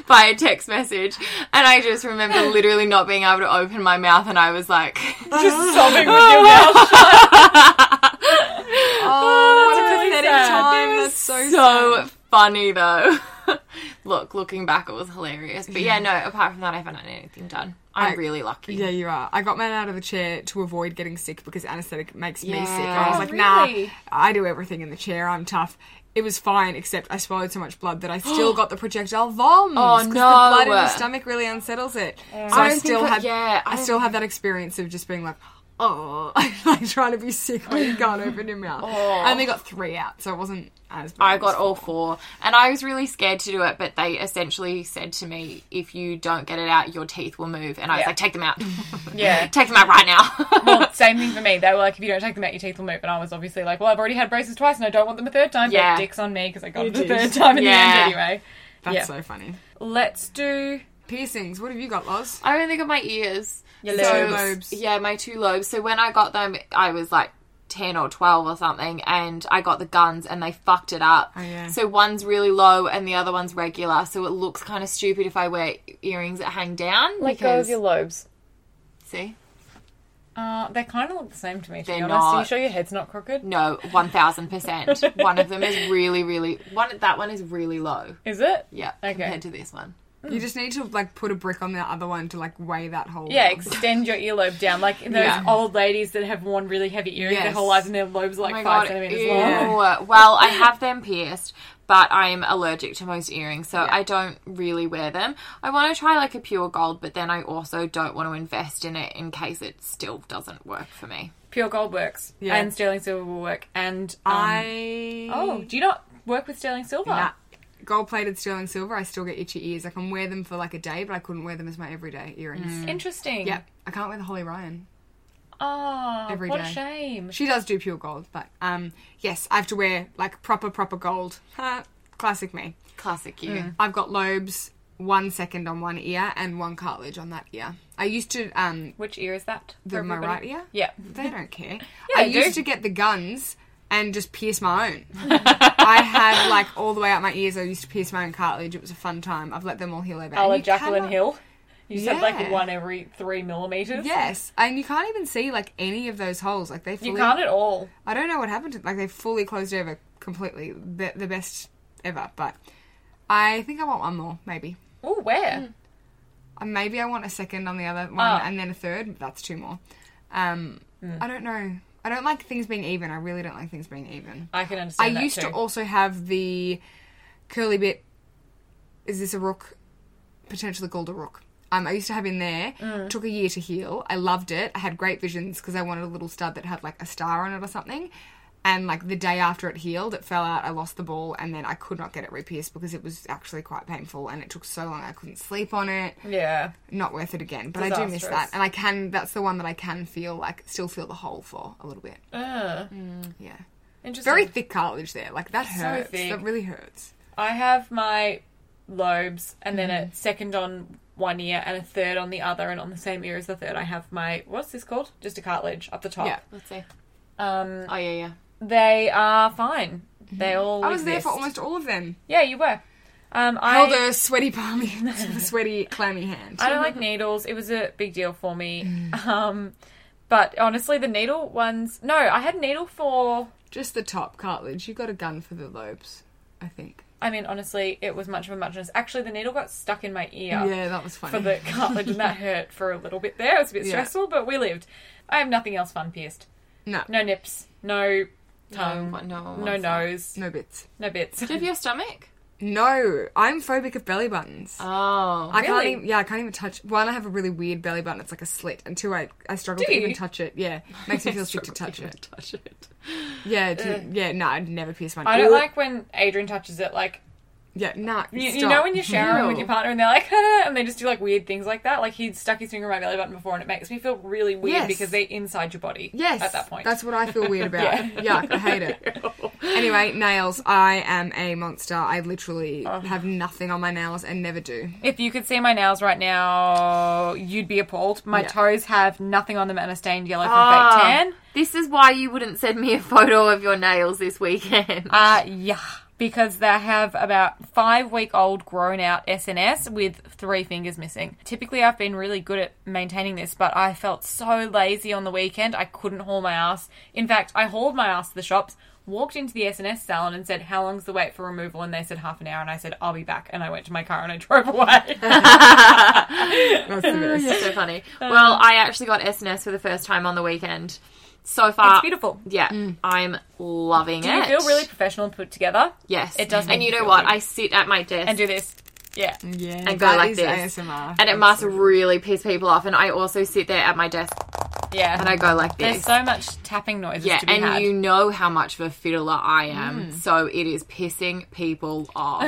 by a text message. And I just remember literally not being able to open my mouth. And I was like,
Just sobbing with your mouth shut.
Oh, what a
really
pathetic
sad.
time.
That
That's so,
so funny though. Look, looking back, it was hilarious. But yeah, no, apart from that, I haven't had anything done. I'm
I-
really lucky.
Yeah, you are. I got mine out of the chair to avoid getting sick because anesthetic makes me sick.
Yeah.
I was
Oh,
like,
really?
nah, I do everything in the chair. I'm tough. It was fine, except I swallowed so much blood that I still got the projectile vom.
Oh,
the
no.
blood in the stomach really unsettles it. So
I
I,
don't
still
think I-
had,
yeah, I
I,
don't
still had that experience of just being like, oh, like trying to be sick when you can't open your mouth. I only got three out, so it wasn't as bad.
Oh. I
as
got all four, and I was really scared to do it. But they essentially said to me, "If you don't get it out, your teeth will move." And I was
Yeah.
like, "Take them out,
Yeah.
take them out right now."
Well, same thing for me. They were like, if you don't take them out, your teeth will move. And I was obviously like, well, I've already had braces twice, and I don't want them a third time.
Yeah.
But dicks on me because I got it the
did.
third time in
Yeah.
the end anyway.
That's
yeah.
so funny.
Let's do.
Piercings. What have you got, Loz?
I only got my ears.
Your
So-
lobes.
Yeah, my two lobes. So when I got them, I was like 10 or 12 or something, and I got the guns and they fucked it up.
Oh, yeah.
So one's really low and the other one's regular. So it looks kind of stupid if I wear earrings that hang down.
Let go
because,
of your lobes.
See?
Uh, they kind of look the same to me. To be
They're
honest, are you
not.
sure your head's not crooked?
No, 1000%. one of them is really, really. one. That one is really low.
Is it?
Yeah.
Okay.
Compared to this one.
You just need to like put a brick on the other one to like weigh that whole.
Yeah,
down.
extend your earlobe down, like those
Yeah.
old ladies that have worn really heavy earrings their
Yes. Oh
whole lives, and their lobes are like five centimeters
ew.
long.
Well, I have them pierced, but I am allergic to most earrings, so I don't really wear them. I want to try like a pure gold, but then I also don't want to invest in it in case it still doesn't work for me.
Pure gold works,
Yeah.
and sterling silver will work. And um,
I
oh, do you not work with sterling silver?
Nah. gold plated sterling silver. I still get itchy ears. I can wear them for like a day, but I couldn't wear them as my everyday
Mm.
earrings.
Interesting.
Mm. Yeah, I can't wear the Holly Ryan.
Oh,
Every
what a
day.
shame.
She does do pure gold, but um, yes, I have to wear like proper proper gold. Ha, Classic me.
Classic you.
I've got lobes, one second on one ear and one cartilage on that ear. I used to um,
Which ear is that?
the
For
my right
everybody?
ear.
Yeah.
They don't care.
Yeah,
I
they do.
used to get the guns and just pierce my own. I had like all the way out my ears. I used to pierce my own cartilage. It was a fun time. I've let them all heal over.
Oh, A
And
la
you
Jacqueline
cannot-
Hill. You said like
Yeah.
one every three millimeters.
Yes, and you can't even see like any of those holes. Like they fully.
You can't at all.
I don't know what happened. to Like they fully closed over completely the, the best ever. But I think I want one more, maybe.
Oh, where?
Uh, Maybe I want a second on the other one
Oh. Hmm.
and then a third. but That's two more. Um, I don't know. I don't like things being even. I really don't like things being even.
I can
I
understand. that
used
too.
to also have the curly bit. Is this a rook? Potentially called a rook. Um, I used to have in there.
Mm.
Took a year to heal. I loved it. I had great visions because I wanted a little stud that had like a star on it or something. And like the day after it healed, it fell out. I lost the ball, and then I could not get it repierced because it was actually quite painful, and it took so long I couldn't sleep on it.
Yeah.
Not worth it again. But I do miss that,
Disastrous.
and I can. That's the one that I can feel like still feel the hole for a little bit.
Uh,
Yeah
Interesting.
Mm. very thick cartilage there. Like that
So
hurts.
thick.
That really hurts.
I have my lobes and then
Mm.
a second on one ear and a third on the other, and on the same ear as the third, I have my what's this called? Just a cartilage up the top.
Yeah.
Let's see.
Um,
Oh yeah, yeah.
they are fine. They all.
Mm-hmm. I was there for
exist.
almost all of them.
Yeah, you were. Um, I
Held a sweaty palmy, a sweaty clammy hand.
I don't like needles. It was a big deal for me.
Mm.
Um, but honestly, the needle ones. No, I had needle for.
Just the top cartilage. You got a gun for the lobes, I think.
I mean, honestly, it was much of a muchness. Actually, the needle got stuck in my ear.
Yeah, that was funny.
for the cartilage, and that hurt for a little bit there. It was a bit
Yeah.
stressful, but we lived. I have nothing else fun pierced.
no, no,
No nips, no tongue,
no, one- no, one
no
wants that.
nose,
bits.
no bits.
Do you have your stomach?
No, I'm phobic of belly buttons.
Oh,
I can't
really?
even. Yeah, I can't even touch. One, I have a really weird belly button. It's like a slit, and two, I I struggle
Do
to even
you?
touch it. Yeah, makes me feel sick to touch it. Yeah, to, yeah. No, I'd never pierce my.
Uh, I don't like when Adrian touches it. Like
Yeah, nah.
you, you
stop.
know when you're showering
Ew.
with your partner and they're like, "Ah," and they just do like weird things like that. Like he'd stuck his finger in my belly button before, and it makes me feel really weird
Yes.
because they're inside your body.
Yes.
at that point.
That's what I feel weird about.
Yeah.
Yuck, I hate it. Anyway, nails. I am a monster. I literally have nothing on my nails and never do.
If you could see my nails right now, you'd be appalled. My
Yeah. Ah.
toes have nothing on them and are stained yellow from fake tan.
Ah. This is why you wouldn't send me a photo of your nails this weekend.
Uh, yeah, because they have about five week old grown out SNS with three fingers missing. Typically, I've been really good at maintaining this, but I felt so lazy on the weekend, I couldn't haul my ass. In fact, I hauled my ass to the shops, walked into the SNS salon and said, How long's the wait for removal? And they said, Half an hour. And I said, I'll be back. And I went to my car and I drove away.
Uh-huh.
That's the best.
That's so funny.
Um,
Well, I actually got SNS for the first time on the weekend. So far,
it's beautiful. Mm.
Yeah, I'm loving
Do
it.
you feel really professional and put together?
Yes,
It does make
And you
you
know
feel
what?
good.
I sit at my desk
And do this. Yeah.
Yeah.
and go
that
like
is
this,
ASMR.
and it must really piss people off. And I also sit there at my desk
Yeah.
and I go like
There's
this.
so much tapping noises
yeah,
to be
and
had. Mm.
you know how much of a fiddler I am, so it is pissing people off.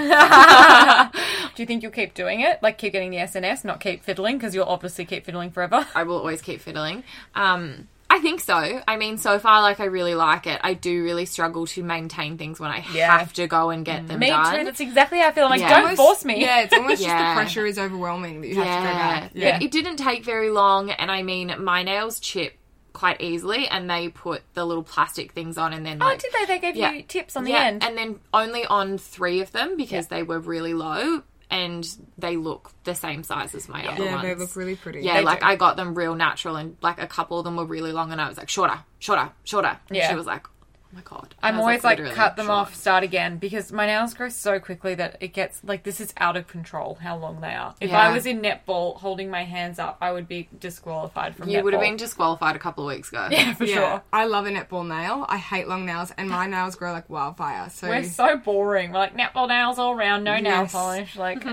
Do you think you'll keep doing it? Like keep getting the SNS, not keep fiddling because you'll obviously keep fiddling forever.
I will always keep fiddling. Um, I think so. I mean, so far, like I really like it. I do really struggle to maintain things when I
Yeah.
have to go and get them
me
done.
too. That's exactly how I feel. I'm like,
Yeah.
don't
Almost-
force me.
Yeah, it's almost just
Yeah.
the pressure is overwhelming that you have to go
yeah.
back.
But
Yeah.
it didn't take very long, and I mean, my nails chip quite easily, and they put the little plastic things on, and then
Oh,
like,
did they? They gave
Yeah.
you tips on
yeah,
the end.
and then only on three of them because they were really low, and they look the same size as my other
Yeah,
ones.
they look really pretty.
yeah,
They
like
do.
I got them real natural, and like a couple of them were really long, and I was like, shorter, shorter, shorter. And
Yeah.
she was like, oh my god. And I
I'm
was
always like,
"Literally
cut them
short."
off, start again because my nails grow so quickly that it gets like this is out of control how long they are. If I
Yeah.
was in netball holding my hands up, I would be disqualified from.
You would have
netball.
been disqualified a couple of weeks ago.
yeah, for
Yeah.
sure.
I love a netball nail. I hate long nails, and my nails grow like wildfire. So
We're so boring. We're like netball nails all round, no nail
Yes.
polish. Like,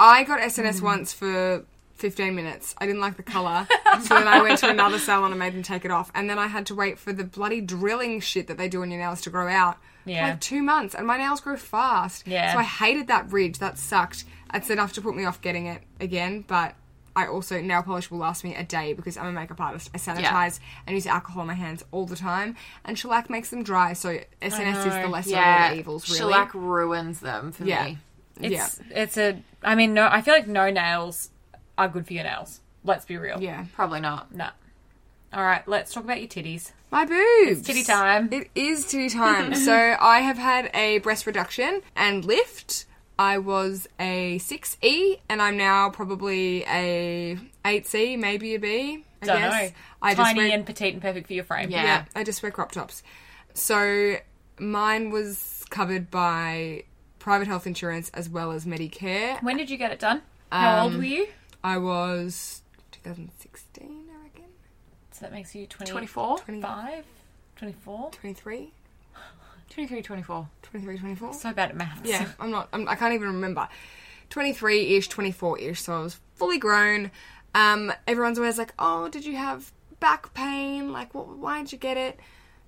I got
Mm.
SNS once for 15 minutes. I didn't like the colour. so then I went to another salon and made them take it off. And then I had to wait for the bloody drilling shit that they do on your nails to grow out
Yeah.
for like two months. And my nails grew fast.
Yeah.
So I hated that ridge. That sucked. It's enough to put me off getting it again. But I also, nail polish will last me a day because I'm a makeup artist. I sanitize and use alcohol on my hands all the time. And shellac makes them dry. So SNS is the
know.
lesser of
yeah.
all evils, really.
Shellac ruins them for
Yeah.
me.
yeah.
it's it's a. I mean, no. I feel like no nails are good for your nails. Let's be real.
Yeah.
Probably not.
Nah. All right, let's talk about your titties.
My boobs.
titty time.
It is titty time. so I have had a breast reduction and lift. I was a six E, and I'm now probably a eight C, maybe a B. I
Don't
guess.
know.
I just
Tiny
wear-
and petite and perfect for your frame.
Yeah.
yeah, I just wear crop tops. So mine was covered by private health insurance as well as Medicare.
When did you get it done? How old
Um,
were you?
I was 2016, I reckon.
So that makes you 25,
24?
20,
24.
23,
23, 24.
23, 24.
So bad at maths.
Yeah, I'm not. I'm, I can't even remember. 23 ish, 24 ish. So I was fully grown. Um, everyone's always like, "Oh, did you have back pain? Like, what? Why did you get it?"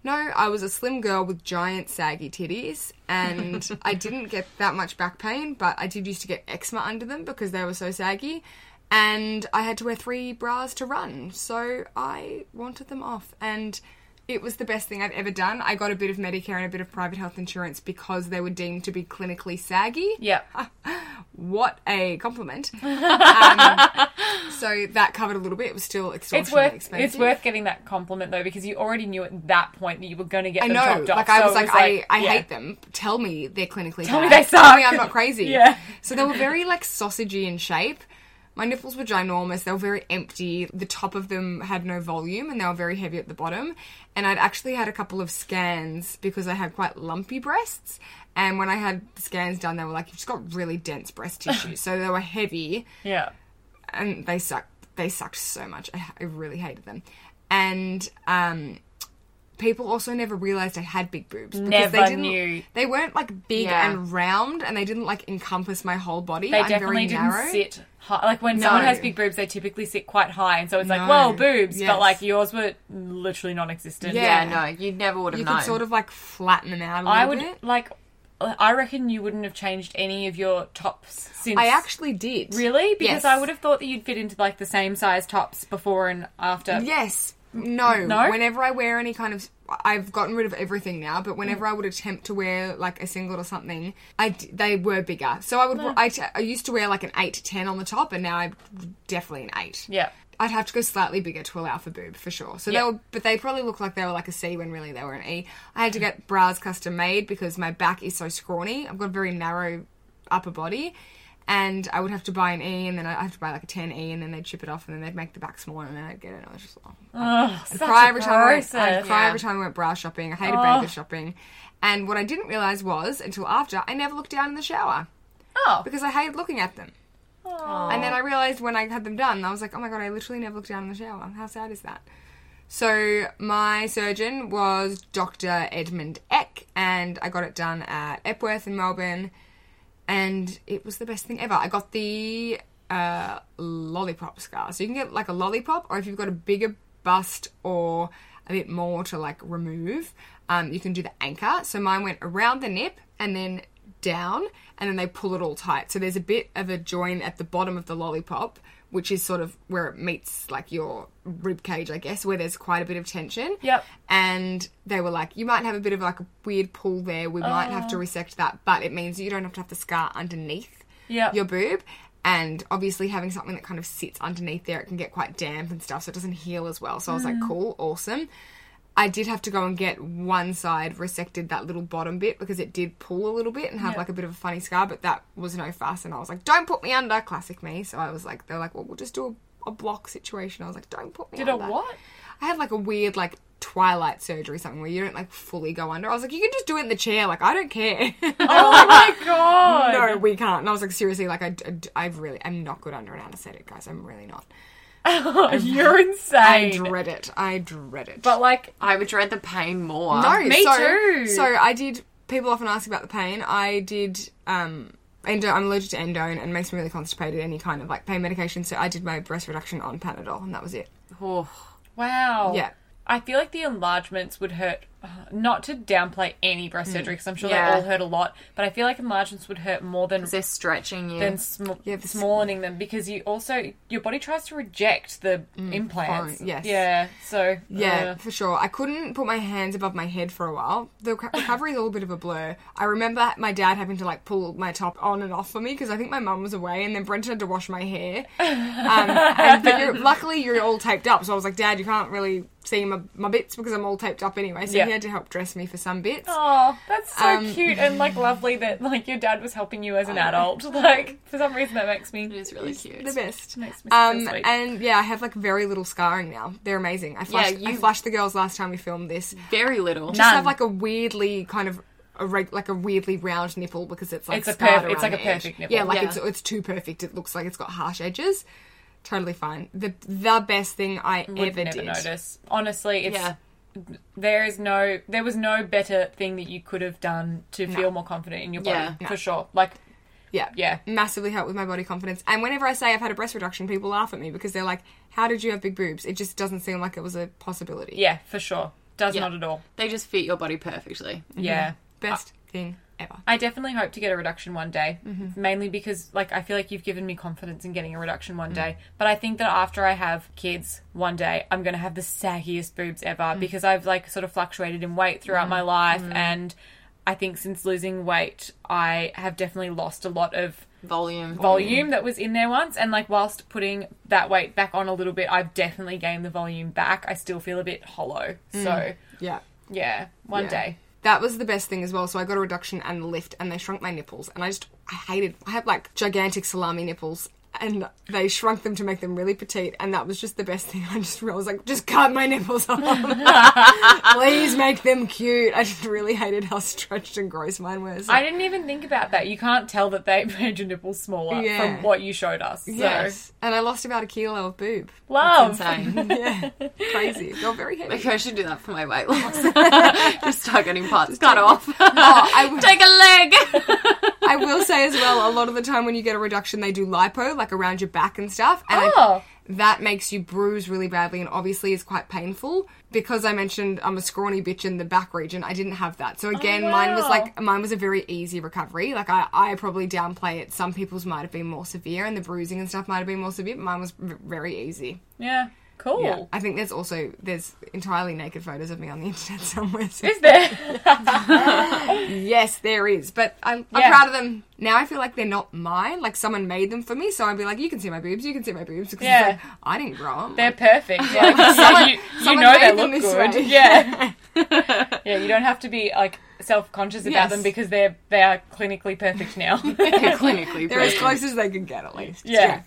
No, I was a slim girl with giant saggy titties, and I didn't get that much back pain, but I did used to get eczema under them because they were so saggy, and I had to wear three bras to run, so I wanted them off, and it was the best thing I've ever done. I got a bit of Medicare and a bit of private health insurance because they were deemed to be clinically saggy.
Yeah.
Ah, What a compliment. um, so that covered a little bit. It was still extortionately
It's worth
expensive.
it's worth getting that compliment though because you already knew at that point that you were going to get
I
them
know.
chopped off.
Like I
So
was
it
like, I, I
yeah.
hate them. Tell me they're clinically.
Tell me
bad.
they
Tell me
suck.
I'm not crazy.
Yeah.
So they were very like sausagey in shape. My nipples were ginormous. They were very empty. The top of them had no volume, and they were very heavy at the bottom. And I'd actually had a couple of scans because I had quite lumpy breasts. And when I had the scans done, they were like, "You've just got really dense breast tissue." so they were heavy
Yeah.
and they sucked. They sucked so much. I, I really hated them. And um, people also never realized I had big boobs because
Never
they didn't.
knew.
They weren't like big
Yeah.
and round, and they didn't like encompass my whole body.
They
I'm
definitely
very
didn't
narrow.
sit high. Like when someone
No.
has big boobs, they typically sit quite high, and so it's like,
No.
whoa, boobs. But
Yes.
like yours were literally non-existent.
Yeah.
Yeah, no, you never would have
You
known.
could sort of like flatten them out a little
I would
bit.
like. I reckon you wouldn't have changed any of your tops since.
I actually did.
really because
Yes.
I would have thought that you'd fit into like the same size tops before and after.
Yes. No.
No?
Whenever I wear any kind of, I've gotten rid of everything now. But whenever I would attempt to wear like a singlet or something, I d- they were bigger. So I would I, t- I used to wear like an eight to ten on the top, and now I'm definitely an eight.
Yeah.
I'd have to go slightly bigger to allow for boob for sure. So
Yeah.
they were, but they probably looked like they were like a C when really they were an E. I had to get bras custom made because my back is so scrawny. I've got a very narrow upper body, and I would have to buy an E, and then I would have to buy like a ten E, and then they'd chip it off, and then they'd make the back smaller, and then I'd get it. And I was just like,
Ugh, such
cry
a
every time I went, I'd
process.
cry
Yeah.
every time I went bra shopping. I hated
Oh.
bra shopping, and what I didn't realize was until after I never looked down in the shower
Oh.
because I hated looking at them. And then I realized when I had them done, I was like, oh my god, I literally never looked down in the shower. How sad is that? So my surgeon was Dr. Edmund Eck, and I got it done at Epworth in Melbourne, and it was the best thing ever. I got the uh, lollipop scar, so you can get like a lollipop, or if you've got a bigger bust or a bit more to like remove, um, you can do the anchor. So mine went around the nip and then down and then they pull it all tight. So there's a bit of a join at the bottom of the lollipop, which is sort of where it meets like your rib cage, I guess, where there's quite a bit of tension.
Yep.
And they were like, you might have a bit of like a weird pull there. We might have to
Uh.
resect that, but it means you don't have to have the scar underneath
Yep.
your boob. And obviously, having something that kind of sits underneath there, it can get quite damp and stuff, so it doesn't heal as well. So I was
Mm.
like, cool, awesome. I did have to go and get one side resected, that little bottom bit, because it did pull a little bit and have like a bit of a funny scar, but that was no fuss. And I was like, don't put me under, classic me. So I was like, they're like, well, we'll just do a, a block situation. I was like, don't put me
Did a
under.
what?
I had like a weird like twilight surgery something where you don't like fully go under. I was like, you can just do it in the chair. Like I don't care.
Oh my god.
no, we can't. And I was like, seriously, like I, I, I really, I'm not good under an anesthetic, guys. I'm really not.
You're
I
insane.
dread it. I dread it.
but like,
I would dread the pain more.
no,
me
so,
too.
So I did. People often ask about the pain. I did. Um, endo. I'm allergic to endone, and it makes me really constipated. Any kind of like pain medication. So I did my breast reduction on Panadol, and that was it.
Oh,
wow.
Yeah.
I feel like the enlargements would hurt. uh, Not to downplay any
Hmm.
breast surgery because I'm sure
Yeah.
they all hurt a lot, but I feel like enlargements would hurt more than
they're stretching you.
than sm-
Yeah, the-
smallening them because you also your body tries to reject the implants.
foreign, Mm, yes.
Yeah. So
Yeah,
uh,
for sure. I couldn't put my hands above my head for a while. The reco- recovery is all a bit of a blur. I remember my dad having to like pull my top on and off for me because I think my mum was away, and then Brent had to wash my hair. Um, and, but you're, luckily, you're all taped up, so I was like, Dad, you can't really see my, my bits because I'm all taped up anyway. So
Yeah.
he had to help dress me for some bits.
Oh, that's so
Um,
cute and like lovely that like your dad was helping you as an adult. Like for some reason that makes me
it is really cute.
The best.
makes me feel
Um,
sweet.
and yeah, I have like very little scarring now. They're amazing. I flashed, I
you-
flashed the girls last time we filmed this.
Very little.
just
None.
have like a weirdly kind of a reg- like a weirdly round nipple because it's like
It's a
scarred
perf- it's like
around
a
the edge.
perfect nipple.
Yeah, like
Yeah.
it's it's too perfect. It looks like it's got harsh edges. Totally fine. The the best thing I
would
ever
never
did.
notice. Honestly, it's
Yeah.
there is no there was no better thing that you could have done to feel more confident in your body
Yeah.
for sure. Like
Yeah.
Yeah.
Massively helped with my body confidence. And whenever I say I've had a breast reduction, people laugh at me because they're like, How did you have big boobs? It just doesn't seem like it was a possibility.
yeah, for sure. Does
Yeah. Mm-hmm.
not at all.
They just fit your body perfectly.
Yeah.
Best thing ever.
I definitely hope to get a reduction one day,
Mm-hmm.
mainly because like I feel like you've given me confidence in getting a reduction
Mm.
one day. But I think that after I have kids one day, I'm gonna have the saggiest boobs ever
Mm.
because I've like sort of fluctuated in weight throughout my life, and I think since losing weight, I have definitely lost a lot of
Volume.
Mm.
volume that was in there once and like whilst putting that weight back on a little bit i've definitely gained the volume back i still feel a bit hollow so
Yeah.
yeah one
Mm. Yeah.
day
That was the best thing as well. So I got a reduction and a lift, and they shrunk my nipples. And I just, I hated. I had like gigantic salami nipples, and they shrunk them to make them really petite. And that was just the best thing. I just I was like, just cut my nipples off. Please make them cute. I just really hated how stretched and gross mine was.
i didn't even think about that you can't tell that they made your nipples smaller
Yeah.
from what you showed us so
yes, and I lost about a kilo of boob.
love
Insane.
Yeah, crazy. You're very heavy.
Maybe I should do that for my weight loss. just start getting parts cut off.
Oh, I w-
Take a leg.
I will say as well, a lot of the time when you get a reduction, they do lipo, like around your back and stuff. And I-
Oh.
that makes you bruise really badly and obviously is quite painful. Because I mentioned I'm a scrawny bitch in the back region, I didn't have that. So again, mine was
Oh, wow.
like, mine was a very easy recovery. Like, I, I probably downplay it. Some people's might have been more severe and the bruising and stuff might have been more severe, but mine was v- very easy.
yeah cool
Yeah. I think there's also, there's entirely naked photos of me on the internet somewhere. So
is there
Yes, there is. But I'm,
Yeah.
I'm proud of them. Now I feel like they're not mine. Like someone made them for me. So I'd be like, you can see my boobs, you can see my boobs. Because
Yeah.
it's like, I didn't grow up.
they're perfect like, yeah, you, you
someone
know
made
they
them
look
this
good
way.
yeah yeah you don't have to be like self-conscious about
Yes.
them because they're they are clinically perfect now
They're clinically
They're as
perfect.
close as they can get, at least.
Yeah.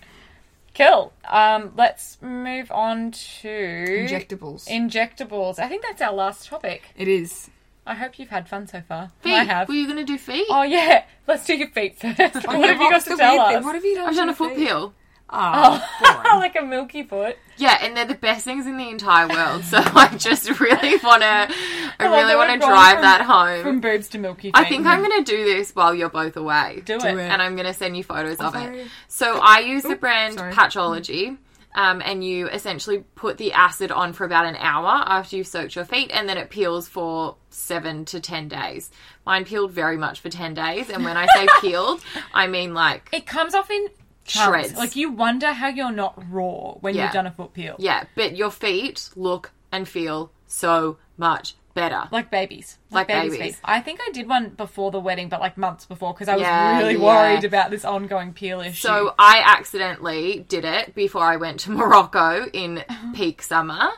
Cool. Um, let's move on to
Injectables.
Injectables. I think that's our last topic.
it is.
I hope you've had fun so far.
Feet.
I have.
Were you gonna do feet?
Oh yeah. Let's do your feet first. what
Yeah,
have you got
what's
to
the
tell
weird thing?
us?
What have you done?
I've
to
done a
your
full
feet?
peel.
Oh, boring.
like a milky foot.
Yeah, and they're the best things in the entire world. So I just really wanna, I
love
really
that
wanna
we've gone
drive
from-
that home.
From boobs to milky feet.
I think I'm gonna do this while you're both away.
do,
Do
it.
it.
and I'm going to send you photos of
very-
it. So I use the brand
sorry.
Patchology. Um, and you essentially put the acid on for about an hour after you've soaked your feet, and then it peels for seven to ten days. Mine peeled very much for ten days, and when I say peeled, I mean like
It comes off in chunks.
Shreds.
Like you wonder how you're not raw when
Yeah.
you've done a foot peel.
yeah. But your feet look and feel so much better.
Like babies.
Like
feet.
babies.
I think I did one before the wedding, but like months before because I was
Yeah,
really
yeah.
worried about this ongoing peel issue.
So I accidentally did it before I went to Morocco in
Uh-huh.
peak summer,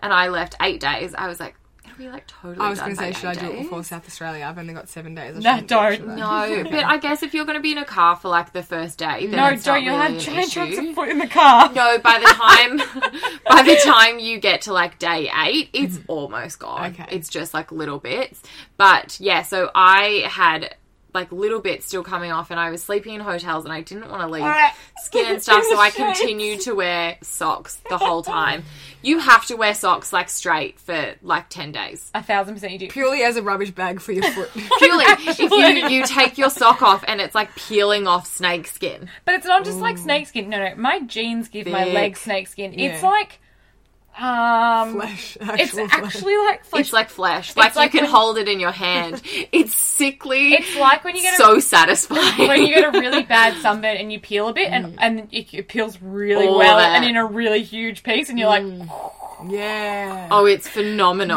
and I left eight days. I was like, it'll be like totally.
I was
going to
say, should I do it before South Australia? I've only got seven days.
No,
I shouldn't do it,
don't.
should I?
No, but I guess if you're going to be in a car for like the first day, then
no,
it's not
don't. You'll
really
have
an
giant chunks
issue.
of foot in the car.
No, by the time by the time you get to like day eight, it's almost gone.
Mm-hmm. Okay.
It's just like little bits. But yeah, so I had like little bits still coming off and I was sleeping in hotels and I didn't want to leave skin and stuff, so I continued to wear socks the whole time. You have to wear socks like straight for like ten days.
A thousand percent you do.
Purely as a rubbish bag for your foot.
Purely if you, you take your sock off and it's like peeling off snake skin.
But it's not just like snake skin. No, no. My jeans give my
Thick.
legs snake skin. It's
Yeah.
like, um,
flesh.
it's
Actual flesh.
actually like flesh.
It's like flesh. Like,
like
you can
when-
hold it in your hand. It's sickly.
It's like when you get a-
so satisfying.
when you get a really bad sunburn and you peel a bit, and and it, it peels really
Mm. All Mm. of
well,
it.
and in a really huge piece, and you're like,
Yeah.
oh, it's phenomenal.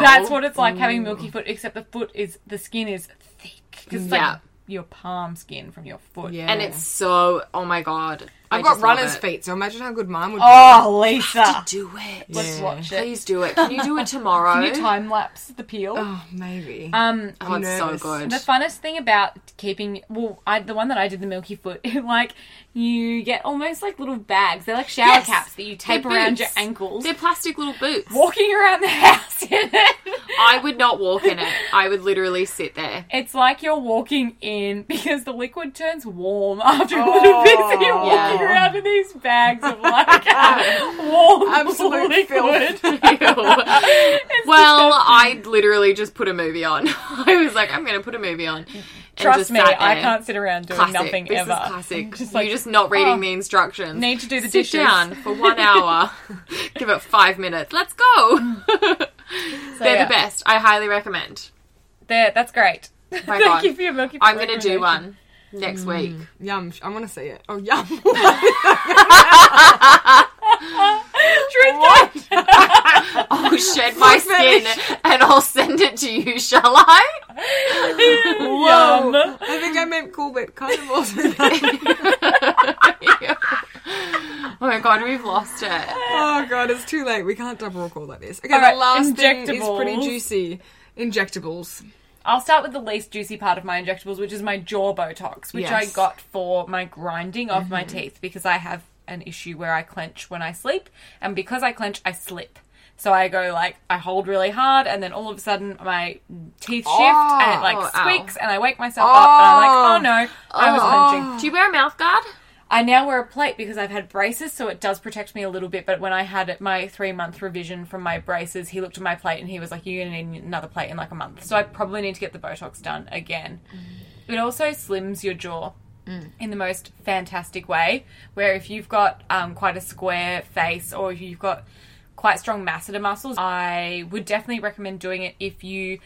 that's what it's like
Mm.
having milky foot, except the foot is the skin is thick because it's like
Yeah.
your palm skin from your foot.
Yeah.
and it's so. Oh my god. I
I've
just
got
love
runner's
it.
feet, so imagine how good mine would
Oh, Lisa.
Do it.
Let's watch it.
Please do it. Can you do it tomorrow?
Can you time lapse the peel?
be. Oh, maybe.
Um,
Oh, it's so
nervous.
good.
the funnest thing about keeping well, I the one that I did the Milky Foot, like you get almost like little bags. They're like shower
Yes.
caps that you
They're
tape around
boots.
your ankles.
They're plastic little boots.
walking around the house in it.
I would not walk in it. I would literally sit there.
It's like you're walking in because the liquid turns warm after a little bit, so you're
Oh. yeah.
walking around in these bags of like warm
Absolute
liquid. It's
well,
disgusting.
I literally just put a movie on. I was like, I'm going to put a movie on. and
trust
just
me,
sat
I
there.
can't sit around doing
Classic.
nothing
this
ever.
is classic.
Just like,
You're just not reading
oh,
the instructions.
Need to do the
Sit
dishes.
down for one hour. Give it five minutes. Let's go.
Mm. So,
They're
yeah.
the best. I highly recommend.
There, that's great. Thank
God.
you for your Milky
I'm going to do
recommendation. Mm.
one next week.
Yum. I want to see it. Oh, yum.
Truth though,
I'll shed my skin and I'll send it to you, shall I?
Yum.
I think I meant cool, but kind of also. not.
oh my god, we've lost it.
oh god, it's too late. We can't double record like this. Okay,
Alright,
the last thing is
injectables.
pretty juicy. Injectables.
I'll start with the least juicy part of my injectables, which is my jaw Botox, which I
Yes.
got for my grinding of
Mm-hmm.
my teeth because I have an issue where I clench when I sleep, and because I clench, I slip. So I go like I hold really hard, and then all of a sudden my teeth shift and it
Oh,
like
ow.
squeaks, and I wake myself up, and I'm like, oh no, I was clenching.
Do you wear a mouth guard?
I now wear a plate because I've had braces, so it does protect me a little bit. But when I had it- my three month revision from my braces, he looked at my plate and he was like, You're going to need another plate in like a month. So I probably need to get the Botox done again. It also slims your jaw in the most fantastic way, where if you've got um, quite a square face or if you've got quite strong masseter muscles, I would definitely recommend doing it if you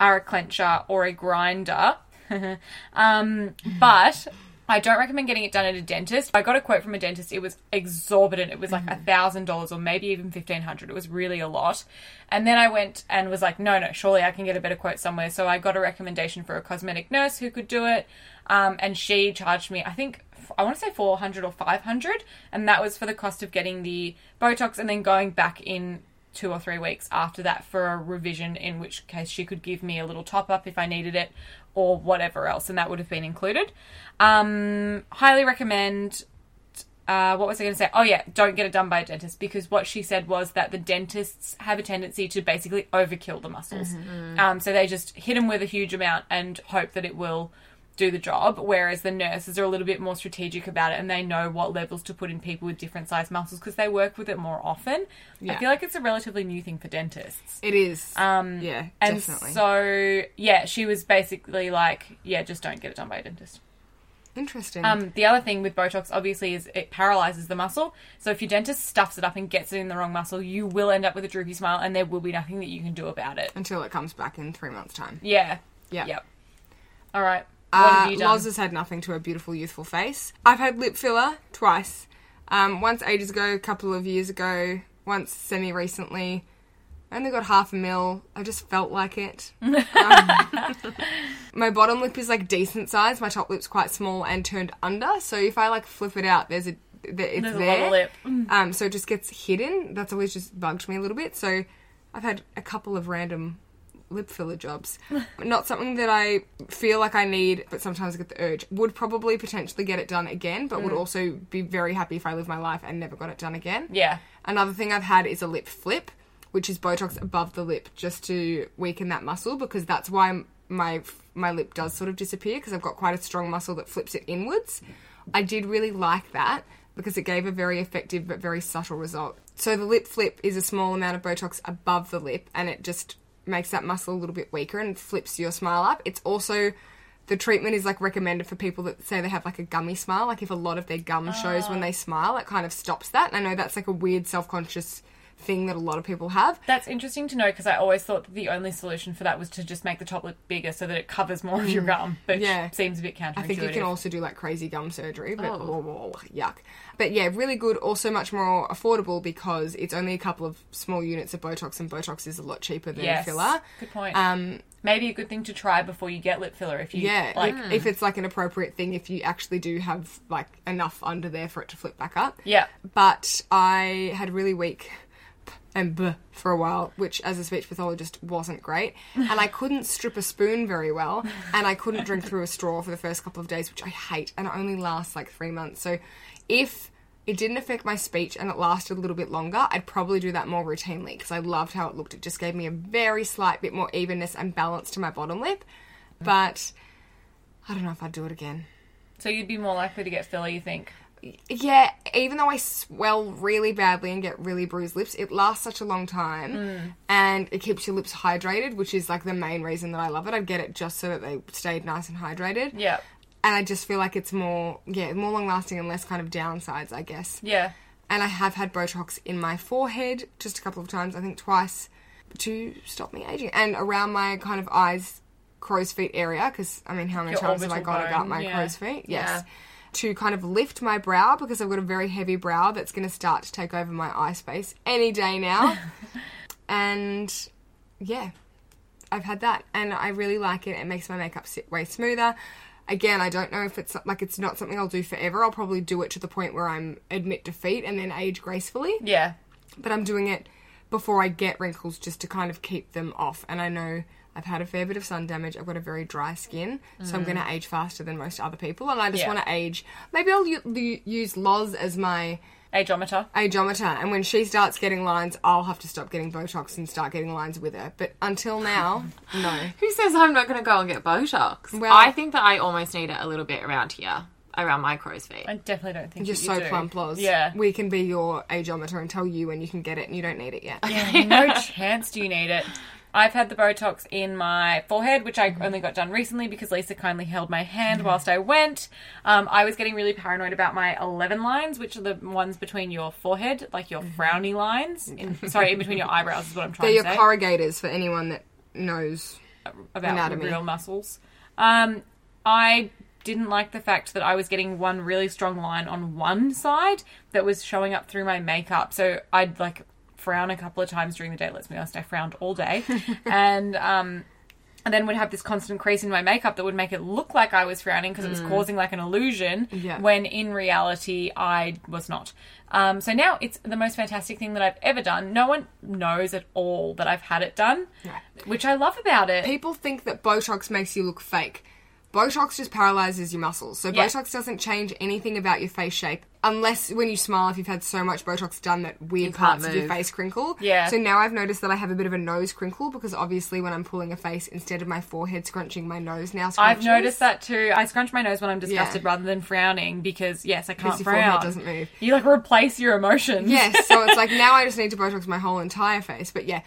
are a clencher or a grinder. um, but I don't recommend getting it done at a dentist. I got a quote from a dentist. It was exorbitant. It was like a thousand dollars or maybe even fifteen hundred. It was really a lot. And then I went and was like, no, no, surely I can get a better quote somewhere. So I got a recommendation for a cosmetic nurse who could do it. Um, and she charged me, I think, f- I want to say four hundred or five hundred, and that was for the cost of getting the Botox and then going back in two or three weeks after that for a revision, in which case she could give me a little top up if I needed it or whatever else, and that would have been included. Um, highly recommend. Uh, what was I going to say? Oh, yeah, don't get it done by a dentist because what she said was that the dentists have a tendency to basically overkill the muscles.
Mm-hmm,
Um, so they just hit them with a huge amount and hope that it will do the job, whereas the nurses are a little bit more strategic about it and they know what levels to put in people with different size muscles because they work with it more often. I
Yeah.
feel like it's a relatively new thing for dentists.
It is.
Um,
yeah,
And
definitely.
so, yeah, she was basically like, yeah, just don't get it done by a dentist.
Interesting.
Um, the other thing with Botox, obviously, is it paralyzes the muscle. So if your dentist stuffs it up and gets it in the wrong muscle, you will end up with a droopy smile, and there will be nothing that you can do about it.
Until it comes back in three months' time.
Yeah.
Yeah.
Yep. All right. What
Uh,
have you done?
Loz has had nothing to her beautiful, youthful face. I've had lip filler twice. Um, once ages ago, a couple of years ago, once semi recently. I only got half a mil. I just felt like it. Um, my bottom lip is like decent size. My top lip's quite small and turned under. So if I like flip it out, there's a there, it's
There's a
there.
lot of lip.
Um, so it just gets hidden. That's always just bugged me a little bit. So I've had a couple of random lip filler jobs. Not something that I feel like I need, but sometimes I get the urge. Would probably potentially get it done again, but would also be very happy if I lived my life and never got it done again.
Yeah.
Another thing I've had is a lip flip, which is Botox above the lip just to weaken that muscle because that's why m- my my lip does sort of disappear because I've got quite a strong muscle that flips it inwards. I did really like that because it gave a very effective but very subtle result. So the lip flip is a small amount of Botox above the lip and it just makes that muscle a little bit weaker and flips your smile up. It's also the treatment is like recommended for people that say they have like a gummy smile. Like if a lot of their gum shows when they smile, it kind of stops that. And I know that's like a weird self conscious thing that a lot of people have.
That's interesting to know because I always thought that the only solution for that was to just make the top lip bigger so that it covers more of your gum, but
Mm. Yeah.
it seems a bit counterintuitive.
I think you can also do like crazy gum surgery, but whoa, whoa, whoa, yuck. But yeah, really good. Also, much more affordable because it's only a couple of small units of Botox, and Botox is a lot cheaper than
yes.
filler.
Good point.
Um,
Maybe a good thing to try before you get lip filler if you
yeah,
like. mm.
like if it's like an appropriate thing, if you actually do have like enough under there for it to flip back up.
Yeah.
But I had really weak p- and b for a while, which as a speech pathologist wasn't great, and I couldn't strip a spoon very well, and I couldn't drink through a straw for the first couple of days, which I hate, and it only lasts like three months. So if it didn't affect my speech and it lasted a little bit longer, I'd probably do that more routinely because I loved how it looked. It just gave me a very slight bit more evenness and balance to my bottom lip, but I don't know if I'd do it again.
So you'd be more likely to get filler, you think?
Yeah, even though I swell really badly and get really bruised lips, it lasts such a long time and it keeps your lips hydrated, which is like the main reason that I love it. I'd get it just so that they stayed nice and hydrated.
Yeah.
And I just feel like it's more, yeah, more long lasting and less kind of downsides, I guess.
Yeah.
And I have had Botox in my forehead just a couple of times, I think twice, to stop me aging. And around my kind of eyes, crow's feet area, because I mean, how many
Your
times have I
orbital
gone about
bone,
my
yeah.
crow's feet? Yes.
Yeah.
To kind of lift my brow, because I've got a very heavy brow that's going to start to take over my eye space any day now. and yeah, I've had that, and I really like it. It makes my makeup sit way smoother. Again, I don't know if it's like it's not something I'll do forever. I'll probably do it to the point where I'm admit defeat and then age gracefully.
Yeah.
But I'm doing it before I get wrinkles just to kind of keep them off. And I know I've had a fair bit of sun damage. I've got a very dry skin, so I'm going to age faster than most other people. And I just
Mm. Yeah.
want to age. Maybe I'll u- u- use Loz as my
Ageometer.
ageometer, and when she starts getting lines, I'll have to stop getting Botox and start getting lines with her. But until now, no.
Who says I'm not going to go and get Botox?
Well-
I think that I almost need it a little bit around here, around my crow's feet.
I definitely don't think
You're
that
so
you do.
plump, Loz.
Yeah.
We can be your ageometer and tell you when you can get it and you don't need it yet.
Yeah, no chance do you need it. I've had the Botox in my forehead, which I only got done recently because Lisa kindly held my
Mm.
hand whilst I went. Um, I was getting really paranoid about my 11 lines, which are the ones between your forehead, like your frowny lines. In, sorry, in between your eyebrows is what I'm
Mm-hmm. They're
trying
your
to say.
corrugators for anyone that knows.
about
anatomy.
real muscles. Um, I didn't like the fact that I was getting one really strong line on one side that was showing up through my makeup. So I'd like frown a couple of times during the day. Let's be honest, I frowned all day, and um, and then would have this constant crease in my makeup that would make it look like I was frowning because it was causing like an illusion.
Mm. Yeah.
When in reality, I was not. Um, so now it's the most fantastic thing that I've ever done. No one knows at all that I've had it done, which I love about it.
People think that Botox makes you look fake. Botox just paralyzes your muscles. So
Yeah.
Botox doesn't change anything about your face shape unless when you smile if you've had so much Botox done that weird parts of your
move.
face crinkle.
Yeah.
So now I've noticed that I have a bit of a nose crinkle because obviously when I'm pulling a face instead of my forehead scrunching my nose now scrunches.
I've noticed that too. I scrunch my nose when I'm disgusted
Yeah.
rather than frowning because yes, I can't
your
frown.
forehead doesn't move.
You like replace your emotions.
Yes, so it's like now I just need to Botox my whole entire face. But yeah,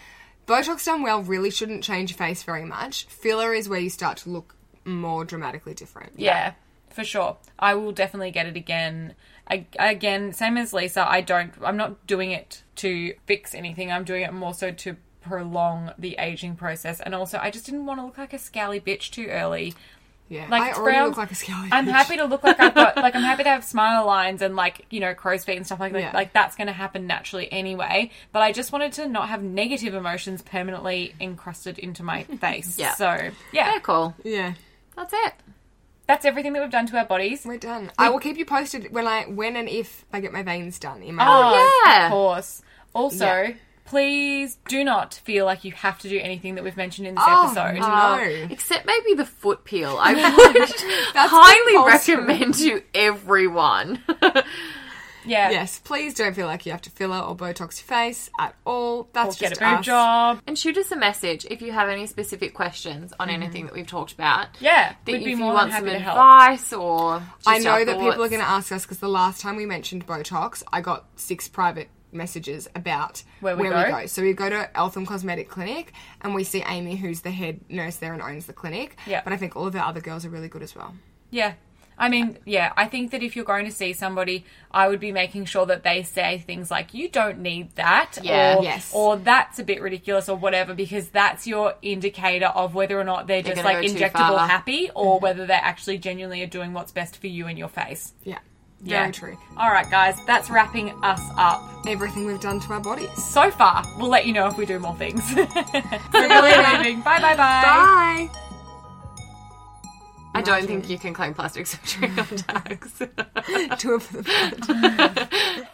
Botox done well really shouldn't change your face very much. Filler is where you start to look more dramatically different.
Yeah, for sure. I will definitely get it again. I, again, same as Lisa, I don't. I'm not doing it to fix anything. I'm doing it more so to prolong the aging process. And also, I just didn't want to look like a scally bitch too early.
Yeah,
Like
I
it's
already
brown-
look like a scally.
I'm
bitch.
happy to look like I've got like I'm happy to have smile lines and like you know crow's feet and stuff like that.
Yeah.
Like that's going to happen naturally anyway. But I just wanted to not have negative emotions permanently encrusted into my face.
Yeah.
So yeah,
yeah, cool.
Yeah,
That's it.
that's everything that we've done to our bodies.
we're done. I will keep you posted when I when and if I get my veins done. In my
Oh,
yeah.
of course. Also.
Yeah.
Please do not feel like you have to do anything that we've mentioned in this
Oh,
episode.
no.
Oh, except maybe the foot peel. I would highly
compulsory.
recommend to everyone.
Yeah.
Yes, please don't feel like you have to filler or Botox your face at all. That's
Get a
just
boob
us.
job.
and shoot us a message if you have any specific questions on anything that we've talked about.
Yeah.
That
We'd
if
be
you
more than
want some
happy to help.
advice or just
I know
our
that people are
thoughts.
going to ask us because the last time we mentioned Botox, I got six private messages about
Where we go?
So we go to Eltham Cosmetic Clinic and we see Amy, who's the head nurse there and owns the clinic.
Yeah.
But I think all of our other girls are really good as well.
Yeah. I mean, yeah, I think that if you're going to see somebody, I would be making sure that they say things like, you don't need that,
Yeah.
or,
Yes.
or that's a bit ridiculous, or whatever, because that's your indicator of whether or not they're, just
gonna
like
go too
injectable
far. Mm-hmm.
happy or whether they actually genuinely are doing what's best for you and your face.
Yeah.
Yeah.
Very true.
All right, guys, that's wrapping us up.
Everything we've done to our bodies.
So far, we'll let you know if we do more things. We're really leaving. Bye, bye, bye.
Bye. I don't think you can claim plastic surgery on tags.
Two of them.